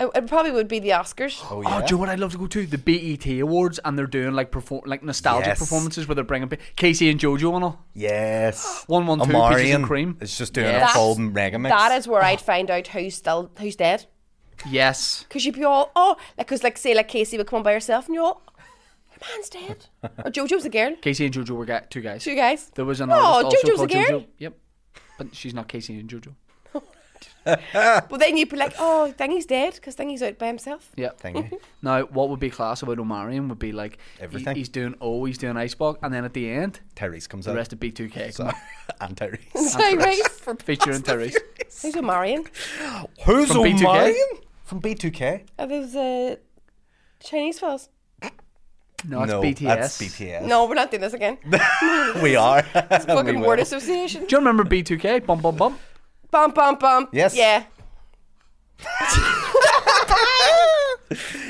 It, it probably would be the Oscars. oh Oh, yeah. do you know what I'd love to go to? The BET Awards, and they're doing like perform like nostalgic Yes. performances where they're bringing pe- Casey and JoJo and all. yes. <gasps> One, one, two, peaches and Omarion cream. It's just doing Yes. a full mega mix. Oh. That is where I'd find out who's still who's dead. Yes. Because you'd be all oh, like because like say like Casey would come on by herself and you're all your man's <laughs> dead. or JoJo's a girl. Casey and JoJo were ga- two guys. Two guys. There was an Oh, artist also JoJo's a called girl? JoJo. Yep. But she's not Casey and JoJo. But then you'd be like oh, Thingy's dead because Thingy's out by himself. <laughs> Yep. Thingy. <laughs> Now, what would be class about Omarion would be like he- Everything. he's doing oh, he's doing Icebox, and then at the end, Tyrese comes the out. rest of B2K come So- out, <laughs> and So Tyrese. right, featuring Therese. who's a Marion? Who's From B2K? Omarion? From B2K? Are those uh, Chinese fellas? No, it's no, BTS. that's BTS. No, we're not doing this again. we are. <laughs> We Fucking will. word association. Do you remember B2K? Bum bum bum. Bump, bump, bump. Yes. <laughs> Yeah.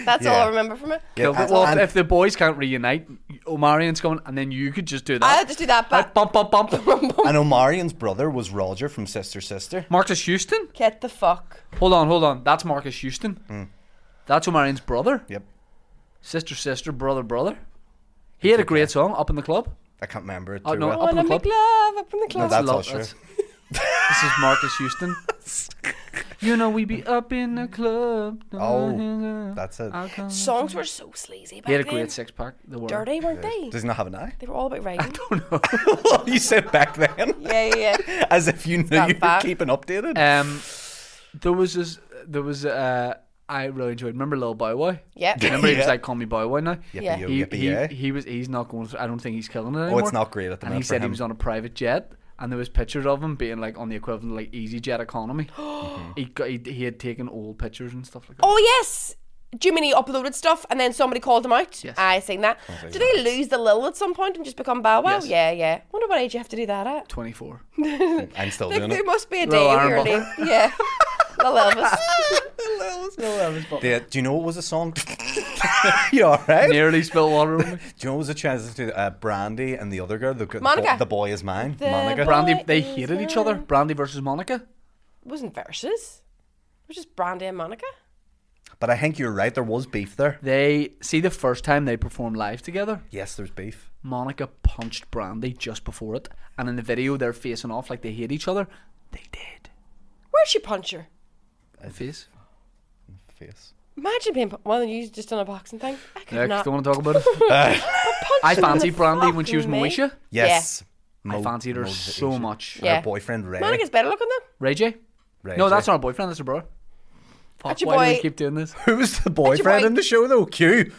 That's all Yeah. I remember from it. Yeah, Killed it. and- Well, if- and- if the boys can't reunite, Omarion's going, and then you could just do I'll that. just do that Like, back. bum bum <laughs> bum. And Omarion's brother was Roger from Sister Sister. Marcus Houston. Get the fuck. Hold on, hold on. That's Marcus Houston. Hmm. That's Omarion's brother. Yep. Sister, sister, brother, brother. He had a great song up in the club. I can't remember it too Oh, no, well. Up in the Wanna club? make love up in the club. that's Lo- all sure. that's- this is Marcus <laughs> Houston. you know we be up in the club. Oh, that's it. I'll come. Songs were so sleazy back He had a then. great six pack. The word. <laughs> Dirty, weren't they? Does he not have an eye? <laughs> They were all about writing. well, you said back <laughs> then, Yeah, yeah, yeah. as if you knew not you were bad. keeping updated. Um, there was this. There was. Uh, I really enjoyed. Remember Lil Bow Wow? Yep. Remember he was Yeah. like, "Call me Bow Wow now." Yippee yeah. yo, He, yippee he, yay. he was. He's not going. Through, I don't think he's killing it anymore. Oh, it's not great at the And he minute. for said he him. was on a private jet, and there was pictures of him being like on the equivalent of, <gasps> Mm-hmm. like EasyJet economy. he, got, he he had taken old pictures and stuff like that. Oh, yes. Jiminy uploaded stuff and then somebody called him out. Yes. Oh, I seen that. Do they lose the Lil at some point and just become Bow Wow? Yes. Yeah, yeah. Wonder what age you have to do that <laughs> at. 24. I'm still Like, doing there it. must be a day Little where you're arm doing- <laughs> Yeah. Lil Elvis. Yeah, do you know what was a song? <laughs> you all right? Nearly spilled water <laughs> on me. Do you know what was a chance to uh, Brandy and the other girl? The, the, Monica. Boy, the boy is mine. The Monica. boy- Brandy, What they is hated each other. Brandy versus Monica. It wasn't verses. It was just Brandy and Monica. but I think you're right. There was beef there. They see the first time they performed live together. Yes, there's beef. Monica punched Brandy just before it, and in the video they're facing off like they hate each other. They did. Where'd she punch her? The face. <laughs> Face. Imagine being pu- well, you just done a boxing thing. I could Next, not. don't want to talk <laughs> about it. Punch I her in the fancied Brandy when fucking she was knee. Moesha. Yes. I Mo- fancied her Mo's so Asian. much. Yeah. Her boyfriend Ray. Monica's better looking though. Ray J. Ray no, J. that's not her boyfriend. That's her brother. Fuck, That's your why do we boy. keep doing this? Who was the boyfriend boy- in the show though? Q.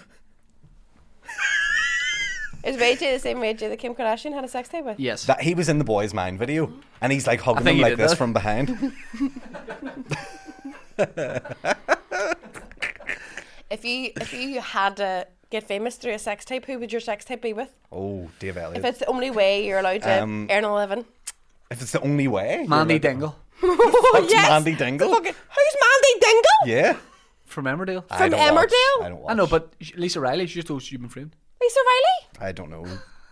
Is Ray J the same Ray J that Kim Kardashian had a sex tape with? Yes. That he was in the boy's mind video, and he's like hugging think him he like did this that. from <laughs> behind. If you if you had to get famous through a sex tape, who would your sex tape be with? oh, Dave Elliott. If it's the only way you're allowed to Um, earn <laughs> a living. the only way. Mandy you're like- Dingle Oh Fuck's Mandy Dingle. Fucking, who's Mandy Dingle? Yeah. from Emmerdale. I, I From don't watch. Emmerdale? I don't watch. know, but sh- Lisa Riley, she just told you've been framed. Oh, Lisa Riley? I don't know.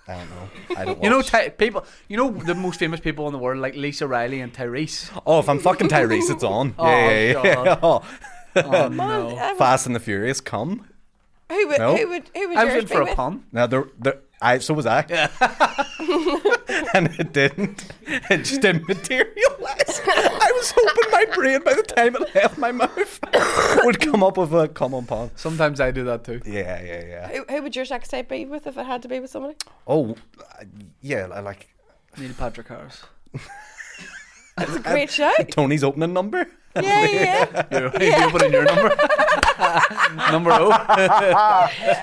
I don't know. I <laughs> don't. You know, watch. ty- people. You know the most famous people in the world, like Lisa Riley and <laughs> Tyrese. oh, if I'm fucking Tyrese, it's on. <laughs> Oh, yeah, yeah, yeah. <laughs> God. Oh. Oh, Man, no. I would- Fast and the Furious come. who would No. who would who would I was yours in for be a with? pun. Now there, there, I so was I. <laughs> and it didn't. It just didn't materialize. I was hoping my brain, by the time it left my mouth, <coughs> would come up with a common pun. Sometimes I do that <laughs> too. Yeah, yeah, yeah. Who, who would your sex tape be with if it had to be with somebody? Oh, uh, yeah. I like Neil Patrick <laughs> Harris. It's Um, a great show. Tony's opening number. yeah, yeah. You're, you put in your number. <laughs> number oh. O.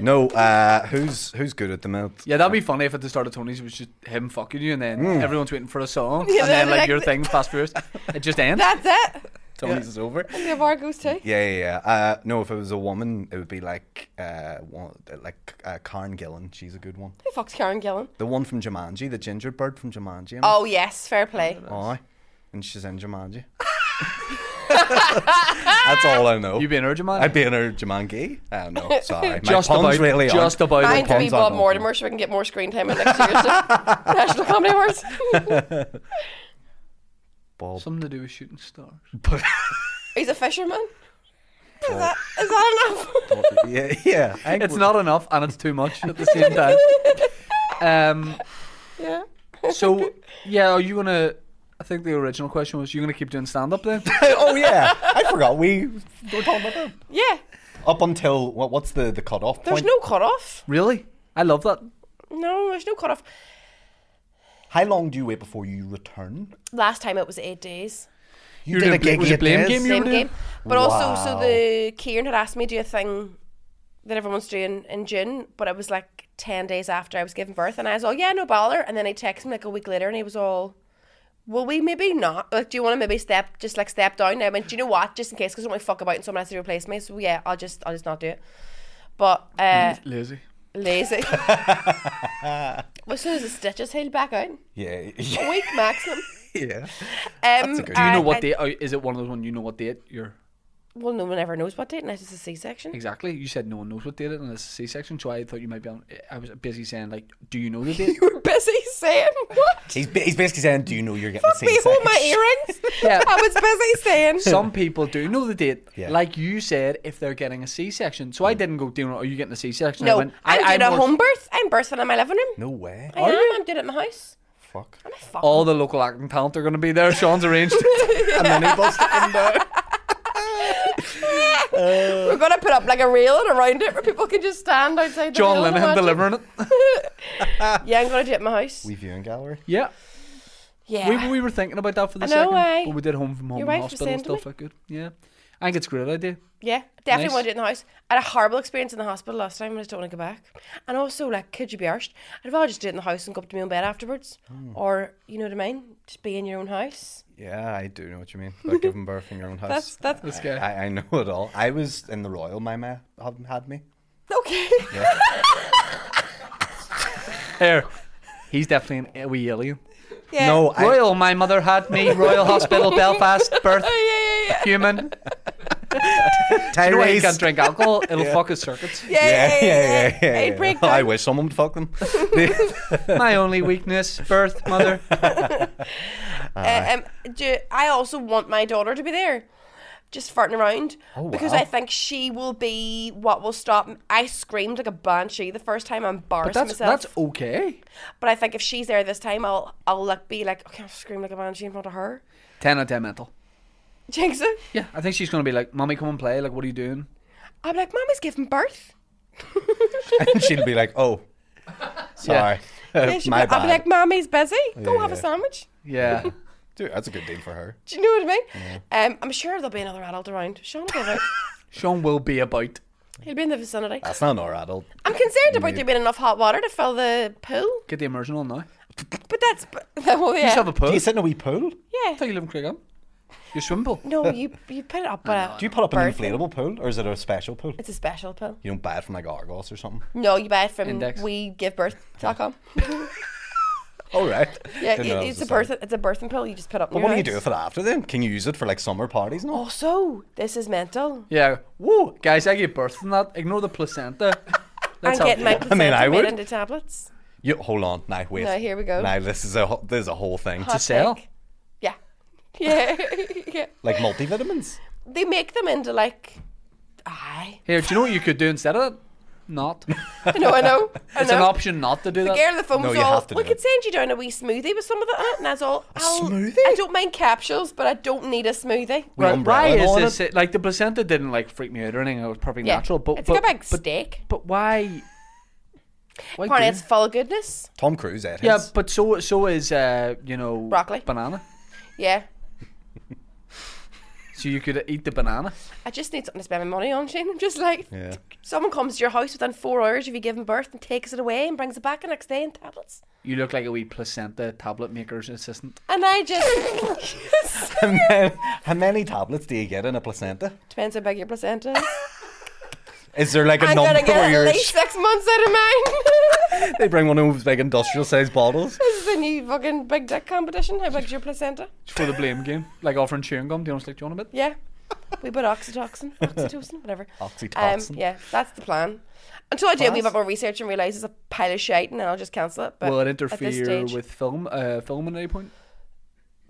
No, uh, who's who's good at the minute? Yeah, that'd be funny if at the start of Tony's it was just him fucking you, and then Mm. everyone's waiting for a song, Yeah, and then like like- your thing, Fast <laughs> Furious, it just ends. That's it. Tony's is over. And the bar goes too. Yeah, yeah, yeah. Uh, no, if it was a woman, it would be like uh, one, like uh, Karen Gillan. She's a good one. Who fucks Karen Gillan? The one from Jumanji, the ginger bird from Jumanji. am I Oh yes, fair play. Aye. And she's in Jumanji. That's all I know. You being urgent man. I'd be in her Jumanji. I don't <laughs> know. Sorry. Just My puns about- really aren't. just about Mine to puns be aren't Bob on Mortimer so we can get more screen time in <laughs> next year's National Comedy Awards. <laughs> Bob. Something to do with shooting stars. He's a fisherman. Is that, is that <laughs> enough? yeah, yeah. <laughs> I think It's we- not enough, and it's too much at the <laughs> same time. Um. yeah. So yeah, are you gonna? I think the original question was, you gonna keep doing stand up then? oh yeah, I forgot. We were talking about that. Yeah. Up until what? What's the the cutoff There's point? no cutoff. Really? I love that. No, there's no cutoff. How long do you wait before you return? Last time it was eight days. You You're did in a a bl- gig. was it eight blame days? game you- Same were doing- game. But also, so Wow. the Kieran had asked me to do a thing that everyone's doing in June, but it was like 10 days after I was giving birth. And I was all, yeah, no bother. And then he texted me like a week later and he was all, well, we maybe not. Like, do you want to maybe step, just like step down? And I went, do you know what? Just in case, because I don't want to fuck about and someone has to replace me. So yeah, I'll just, I'll just not do it. But, uh, Lazy. <laughs> lazy. <laughs> as soon as the stitches healed back out, Yeah, yeah, <laughs> week maximum. yeah. Um, a good- Do you I- know what I- date? oh, Is it one of those one you know what date you're Well, no one ever knows what date unless it's a C-section. exactly? You said no one knows what date it, and it's a C-section, so I thought you might be on. I was busy saying like, do you know the date? <laughs> You were busy saying what? He's, ba- he's basically saying, "Do you know you're getting the Me same hold my earrings. <laughs> Yeah. I was busy saying. Some people do know the date, Yeah. like you said, if they're getting a C-section. So I didn't go, do you know, are you getting a C-section? I no, went, I'm I, doing a was- home birth. I'm birthing in my living room. No way. I am. I'm doing it in my house. <laughs> Fuck. I'm a fuck. All the local acting talent are going to be there. Sean's <laughs> arranged. And then he busts in there. <laughs> We're gonna put up like a reel and around it where people can just stand outside. The John reel and Linehan watch it. delivering it. Yeah, I'm gonna do it in my house. We viewing gallery. Yeah, yeah. we, we were thinking about that for the I know, second, aye. but we did home from home Your and wife was hospital saying and to me. stuff. Like good. Yeah, I think it's a great idea. Yeah, definitely Nice. want to do it in the house. I had a horrible experience in the hospital last time, and I just don't want to go back. And also, like, could you be arsed? I'd rather just do it in the house and go up to my own bed afterwards, Hmm. or you know what I mean, just be in your own house. Yeah, I do know what you mean about giving birth in your own house. That's that's That's good. <laughs> I, I know it all. I was in the Royal. My ma had- had me. okay. Here, he's definitely an, a wee alien. <laughs> Yeah. No, I, Royal, my mother had me. Royal <laughs> Hospital, Belfast, birth, Oh, yeah, yeah, human. Tyrese. You know why you can't drink <laughs> alcohol? It'll fuck his circuits. yeah. Yeah, yeah, yeah, yeah, I'd yeah. break I down. wish someone would <laughs> fuck them. <laughs> My only weakness, birth, mother. Uh, um, do, I also want my daughter to be there, just farting around, because Oh, wow. I think she will be what will stop. I screamed like a banshee the first time. I But embarrassed that's myself. that's okay. But I think if she's there this time, I'll I'll like be like, okay, I'll scream like a banshee in front of her. <laughs> Ten out of ten mental. Jinx it. Yeah, I think she's gonna be like, "Mommy, come and play." Like, what are you doing? I'm like, Mommy's giving birth. <laughs> and she'll be like, oh, sorry. <laughs> <laughs> Yeah, she'll My be, I'll be bad. like, Mommy's busy. Go Yeah, have a yeah. sandwich. Yeah, Dude, that's a good deal for her. Do you know what I mean? Um, I'm sure there'll be another adult around. Sean will be <laughs> about. Sean will be about. He'll be in the vicinity. That's not our adult. I'm concerned about there being enough hot water to fill the pool, Get the immersion on now. but <laughs> that's well, You yeah, just have a pool. Do I you sit in a wee pool? yeah. thought you live in Craighead. Your swimming pool. No, you you put it up. But Do you put up an inflatable pool or is it a special pool? It's a special pill. You don't buy it from like Argos or something. No, you buy it from Index. <laughs> WeGiveBirth.com. All right. Yeah, Didn't know that it's a was birth. It's a birthing pill. You just put up. in But what your do you house. do with it after then? Can you use it for like summer parties and all? Also, this is mental. Yeah. Whoa, guys, I gave birth in that. Ignore the <laughs> placenta. Let's I'm have- getting <laughs> my I mean, placenta I made would. into tablets. You, hold on, now wait. No, here we go. Now this is a wh- this is a whole thing. Hot sell? take. Yeah, <laughs> yeah, <laughs> yeah. Like multivitamins. They make them into like, <laughs> aye. Here, do you know what you could do instead of that? Not. <laughs> I know, I know. I It's know. an option not to do The that. girl on the phone No, was you all, have to we do could it." send you down a wee smoothie with some of that in it, and that's all. A smoothie? I don't mind capsules, but I don't need a smoothie. With umbrella why and all in is it. this? Like the placenta didn't like freak me out or anything. It was perfectly Yeah. natural. But it's but, like a big but, steak. but why? Why Apparently, do- it's full of goodness. Tom Cruise ate Yeah, his. but so so is uh, you know Broccoli. banana. Yeah. So you could eat the banana. I just need something to spend my money on, Shane. <laughs> I'm just like, Yeah. someone comes to your house within four hours of you giving birth and takes it away and brings it back the next day in tablets. You look like a wee placenta tablet maker's assistant. And I just. <laughs> <laughs> How many- How many tablets do you get in a placenta? Depends how big your placenta is. Is there like a I'm number gonna get where at you're least six months out of mine. <laughs> <laughs> They bring one of those big industrial sized bottles. this is the new fucking big dick competition. How big's your placenta? It's for the <laughs> blame game, like offering chewing gum. Do you want to slick John a bit? Yeah. We put oxytocin, <laughs> oxytocin, whatever. Um, Oxytocin. yeah, that's the plan. Until I do a wee Class. bit more research and realise it's a pile of shite, and then I'll just cancel it. But Will it at this interfere stage, with film uh, film at any point?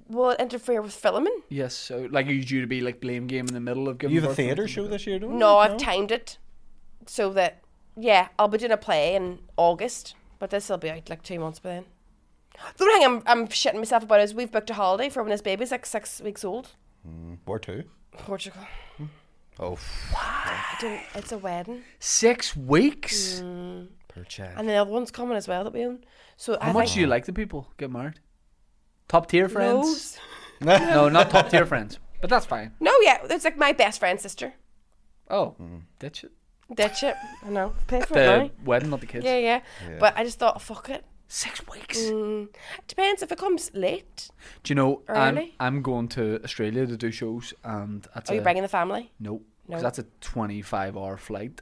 Will it interfere with filming? Yes. So like, are you due to be like blame game in the middle of giving? You have a birth or theatre show something? this year, don't you? No, I've timed it so that yeah, I'll be doing a play in August, but this will be out like two months by then. The only thing I'm, I'm shitting myself about is we've booked a holiday for when his baby's like six weeks old. Where to? Portugal. Oh, I don't, it's a wedding. Six weeks. Mm. per chat. And the other one's coming as well that we own. So How I much do think you like the people get married? Top tier friends. loads. No, not top tier friends. But that's fine. No, yeah, it's like my best friend's sister. Oh, Mm-hmm. that's it. Ditch it. I know. Pay for it now. The wedding, not the kids. Yeah, yeah, But I just thought, fuck it. Six weeks. Mm, depends if it comes late. Do you know? I'm, Early? I'm going to Australia to do shows, and that's Are you a- bringing the family? No, No. because that's a 25 hour flight,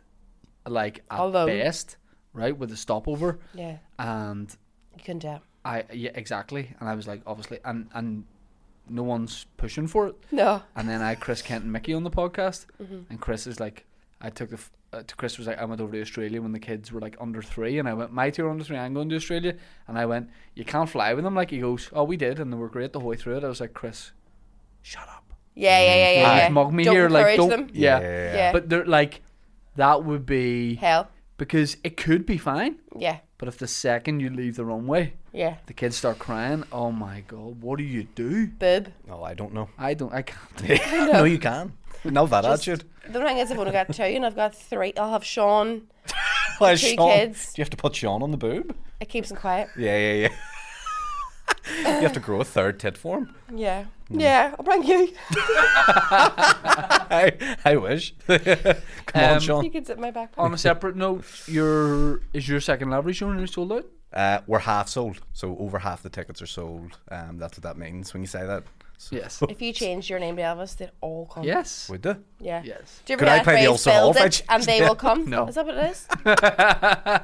like at Alone. best, right? With a stopover, Yeah, and you couldn't tell. I yeah exactly, and I was like obviously, and and no one's pushing for it, No. and then I had Chris Kent and Mickey on the podcast, Mm-hmm. and Chris is like, I took the. F- uh, to Chris was like I went over to Australia when the kids were like under three, and I went my two are under three. I'm going to Australia, and I went. You can't fly with them. Like he goes, oh we did, and they were great the whole way through it. I was like Chris, shut up. Yeah, yeah, yeah, yeah. Like, yeah. mug Mm. me don't here, like encourage don't. them. Yeah. Yeah. Yeah. But they're like, that would be Hell. because it could be fine, Yeah, but if the second you leave the runway, yeah. the kids start crying. Oh my god, what do you do? Boob. No, I <laughs> don't know. I don't. I can't. no, you can. No, that Just- attitude. The thing is, I've only got two, and I've got three. I'll have Sean. <laughs> Like two Sean- kids. Do you have to put Sean on the boob? It keeps him quiet. Yeah, yeah, yeah. You have to grow a third tit for him. Yeah. Mm. Yeah, I'll bring you. I, I wish. <laughs> Come on, Um, Sean. You can sit in my back pocket. On a separate note, your is your second library show nearly sold out? Uh, we're half sold, so over half the tickets are sold. Um, that's what that means when you say that. So, Yes. If you changed your name to Elvis, they'd all come. <laughs> Yes. Would they? Yeah. Yes. Do you Could ever I hear play the phrase, old song "Build off? I it just- and they <laughs> will come? No. Is that what it is?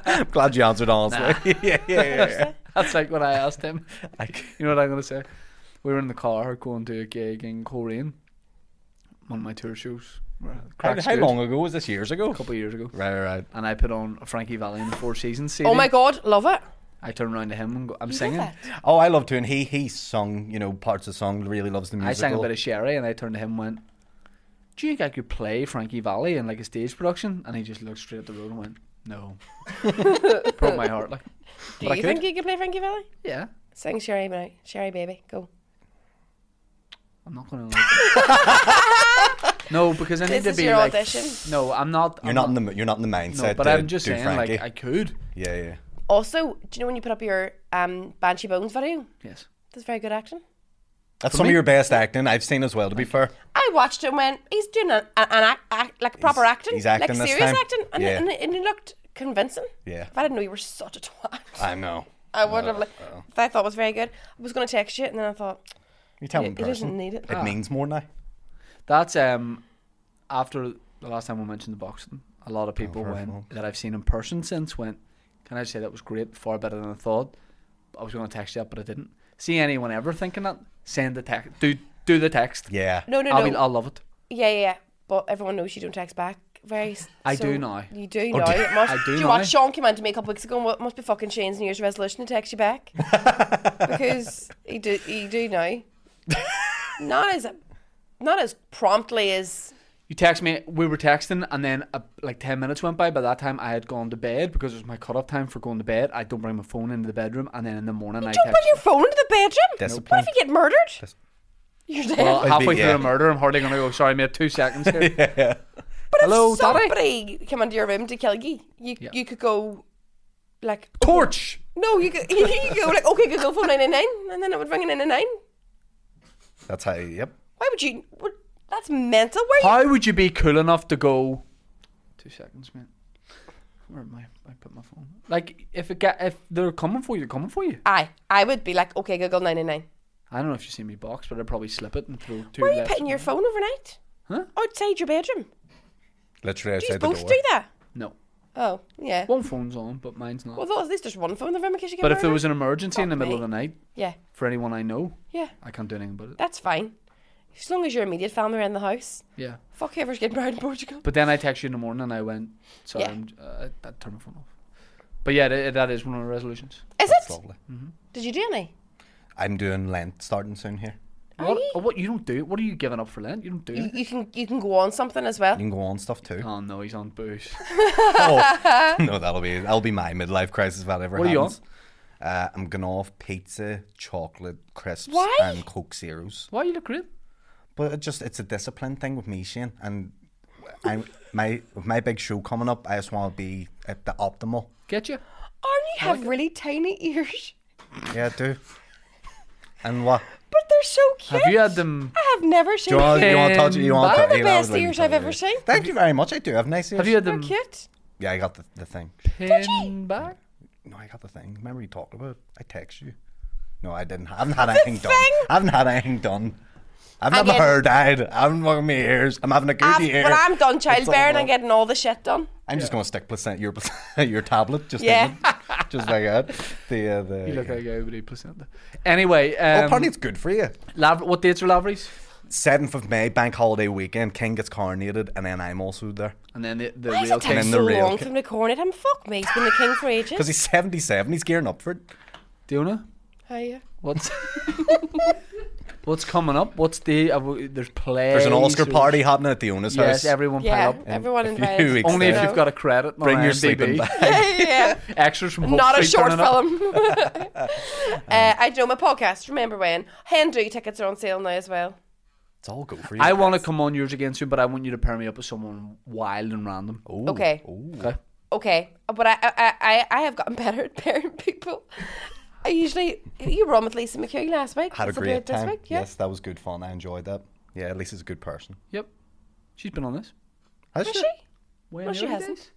I'm <laughs> glad you answered honestly. <laughs> yeah, yeah, yeah. yeah. That's like what I asked him. I c- You know what I'm gonna say? We were in the car going to a gig in Korean. One of my tour shows. how, Cracks how good. long ago was this? Years ago? A couple of years ago. Right, right, right. And I put on a Frankie Valley and the Four Seasons CD. Oh my god, love it. I turned around to him and go, I'm You love singing. it. Oh, I love tune. He he sung, you know, parts of the song. Really loves the I music. sang a bit of Sherry and I turned to him and went, Do you think I could play Frankie Valley in like a stage production? And he just looked straight at the road and went, <laughs> No. Broke my heart like. Do But I you could. think you could play Frankie Valley? Yeah. Sing Sherry now. Sherry Baby. Go. I'm not gonna like <laughs> No, because I need This to is be your like audition. No, I'm not You're I'm not in the mo- you're not in the mindset. No, but to I'm just do saying Frankie. like I could. yeah, yeah. Also, do you know when you put up your um, Banshee Bones video? Yes. That's very good action. That's some me- of your best acting I've seen as well. To be fair, I watched him when he's doing an, an, an act, act, like proper He's- acting, he's acting like this serious time. acting, and, Yeah. and, and he looked convincing. Yeah. If I didn't know you were such a twat, <laughs> I, I know. would have. Like, that I thought was very good. I was going to text you, and then I thought You tell it, him in it doesn't person. need it. Oh. It means more now. That's um after the last time we mentioned the boxing, a Oh, lot of people went that I've seen in person since went, Can I say that was great, far better than I thought. I was gonna text you that but I didn't. See anyone ever thinking that? Send the text do do the text. Yeah. No, no, I'll, no. be, I'll love it. yeah, yeah, yeah. But everyone knows you don't text back. Very. s- I so do now. You do now. It must, I do do you now. watch Sean came on to me a couple weeks ago? and What must be fucking Shane's New Year's resolution to text <laughs> you back because he do he do now. not as not as promptly as You text me. We were texting, and then uh, like ten minutes went by. By that time, I had gone to bed because it was my cut-off time for going to bed. I don't bring my phone into the bedroom, and then in the morning I Don't bring text. "Oh, your phone into the bedroom. Discipline. What if you get murdered? You're dead. well, uh, be- halfway through yeah. a murder, I'm hardly gonna go. Sorry, mate. Two seconds <laughs> here. but hello, if Daddy? somebody came into your room to kill you, you, Yeah. you could go like Torch. no, you could <laughs> you could go like okay, could go phone nine nine nine, and then it would ring a nine nine nine. That's how. Yep. Why would you? What, that's mental. Where are you? How would you be cool enough to go? Two seconds, mate. Where am I? I put my phone. Like if it get if they're coming for you, they're coming for you. I I would be like okay, Google nine nine nine. I don't know if you see me box, but I'd probably slip it and throw two. Where are you lefts putting and your right. phone overnight? Huh? Outside your bedroom. Literally You're outside the supposed door. to do that. No, Oh yeah. Well, one phone's on, but mine's not. though, at least there's one phone in the room in case you get but if there murdered. was an emergency in the Fuck middle me. of the night yeah for anyone I know, yeah I can't do anything about it. that's fine. As long as your immediate family are in the house. Yeah. Fuck whoever's getting married in Portugal. But then I text you in the morning and I went, sorry, Yeah. I'm, uh, I, I turned my phone off. But yeah, that, that is one of the resolutions. Is That's it? lovely. Did you do any? I'm doing Lent starting soon here. Are What, you? oh, what you don't do? What are you giving up for Lent? You don't do You, it. you can you can go on something as well. You can go on stuff too. <laughs> Oh no, he's on booze. Oh, <laughs> no, that'll be that'll be my midlife crisis if that ever What are you happens. Uh, I'm going off pizza, chocolate, crisps, Why? and Coke Zeros. Why you look great? But it just it's a discipline thing with me, Shane. And I my with my big show coming up, I just want to be at the optimal. Get you? Arnie, you have really tiny ears, Yeah, I do. And what? but they're so cute. Have you had them? I have never seen. Do you want, you want to touch it? You want They're to the yeah, that best would really ears I've tell ever you. seen. Thank you very much. I do have nice ears. Have you had They're them? cute. Yeah, I got the, the thing. Pin back. No, I got the thing. Remember you talked about it? I text you. No, I didn't. I haven't had anything done. thing? I haven't had anything done. I've never getting- heard died. I haven't fucking my ears. I'm having a good I've, year. when I'm done It's all childbearing, I'm wrong. getting all the shit done. I'm just gonna stick placenta your <laughs> placenta- your tablet just Yeah. in it. just like that. The uh, the. You look like over the placenta. Anyway, um, Oh, apparently it's good for you. Lav- what dates are Lavery's? Seventh of May, Bank Holiday weekend. King gets coronated, and then I'm also there And then the, the Why does real it king. take And the so real ki- long for him to coronate him? Fuck me, he's been the king for ages. because he's 77. He's gearing up for it. Diona, Hiya. <laughs> what's what's coming up? What's the? have we- there's plays. There's an Oscar there's- party happening at the owner's Yes, house. everyone Yeah, pile up. everyone a few invited. weeks Only if So- <laughs> you've got a credit. on Bring your IMDb. sleeping bag. yeah. <laughs> Extras from Hope <laughs> Not a Street short turning up. film. <laughs> uh, I do my podcast. Remember when Hen Do tickets are on sale now as well? It's all good for you. I want to come on yours again soon, but I want you to pair me up with someone wild and random. Ooh, Okay. ooh. Okay. <laughs> Okay, but I I, I, I have gotten better at pairing people. I usually you were on with Lisa McHugh last week. Had a Let's do great it this time. week, yeah. Yes, that was good fun. I enjoyed that. Yeah, Lisa's a good person. Yep. She's been on this. Has Was she? she? Way No, in the she early hasn't. days.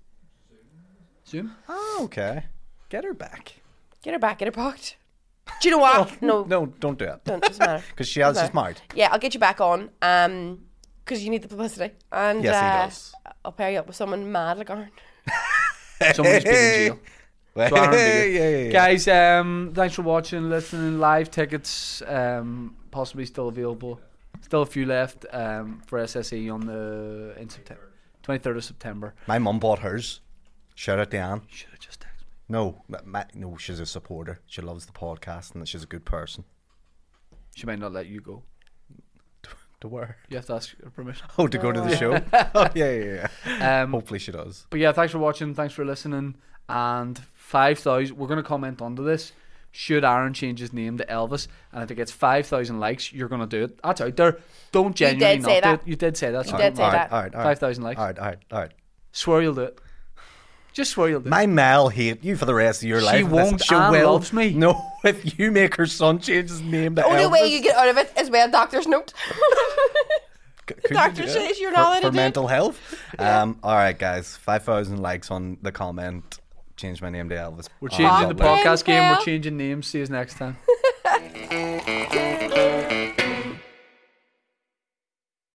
Zoom. Oh, okay. Get her back. Get her back. Get her booked. Do you know what? no, <laughs> No, don't do it. don't. Doesn't matter. Because she has No. just married. Yeah, I'll get you back on. Um, because you need the publicity. And Yes, he uh, does. I'll pair you up with someone mad like Aaron. Somebody's been in jail. So Aaron <laughs> yeah, Beagle. yeah, yeah. Guys, um, thanks for watching, listening. Live tickets um, possibly still available. Still a few left um, for SSE on the in September, 23rd of September. My mum bought hers. Shout out to Anne. Should have just texted me. No, ma- ma- no, she's a supporter. She loves the podcast and she's a good person. She might not let you go. To where? You have to ask her permission. Oh, to go to the <laughs> show. oh, yeah, yeah, yeah. Um, Hopefully she does. But yeah, thanks for watching. Thanks for listening. And 5,000, we're going to comment under this. Should Aaron change his name to Elvis? And if it gets 5,000 likes, you're going to do it. That's out there. Don't genuinely did not say do that. it. You did say that. You so did don't say lie. All right, that. all right, all right. 5,000 likes. All right, all right, all right. Swear you'll do it. Just swear you'll do it. My Mel hate you for the rest of your She life. won't. Anne loves me. No, <laughs> if you make her son change his name to Only Elvis, way you get out of it is with a doctor's note. <laughs> c- could you doctor do it? says you're For- not allowed to for do it. mental health. <laughs> Um, all right, guys, five thousand likes on the comment. Change my name to Elvis. We're changing the Fucking podcast game. We're hell. changing names. See you next time.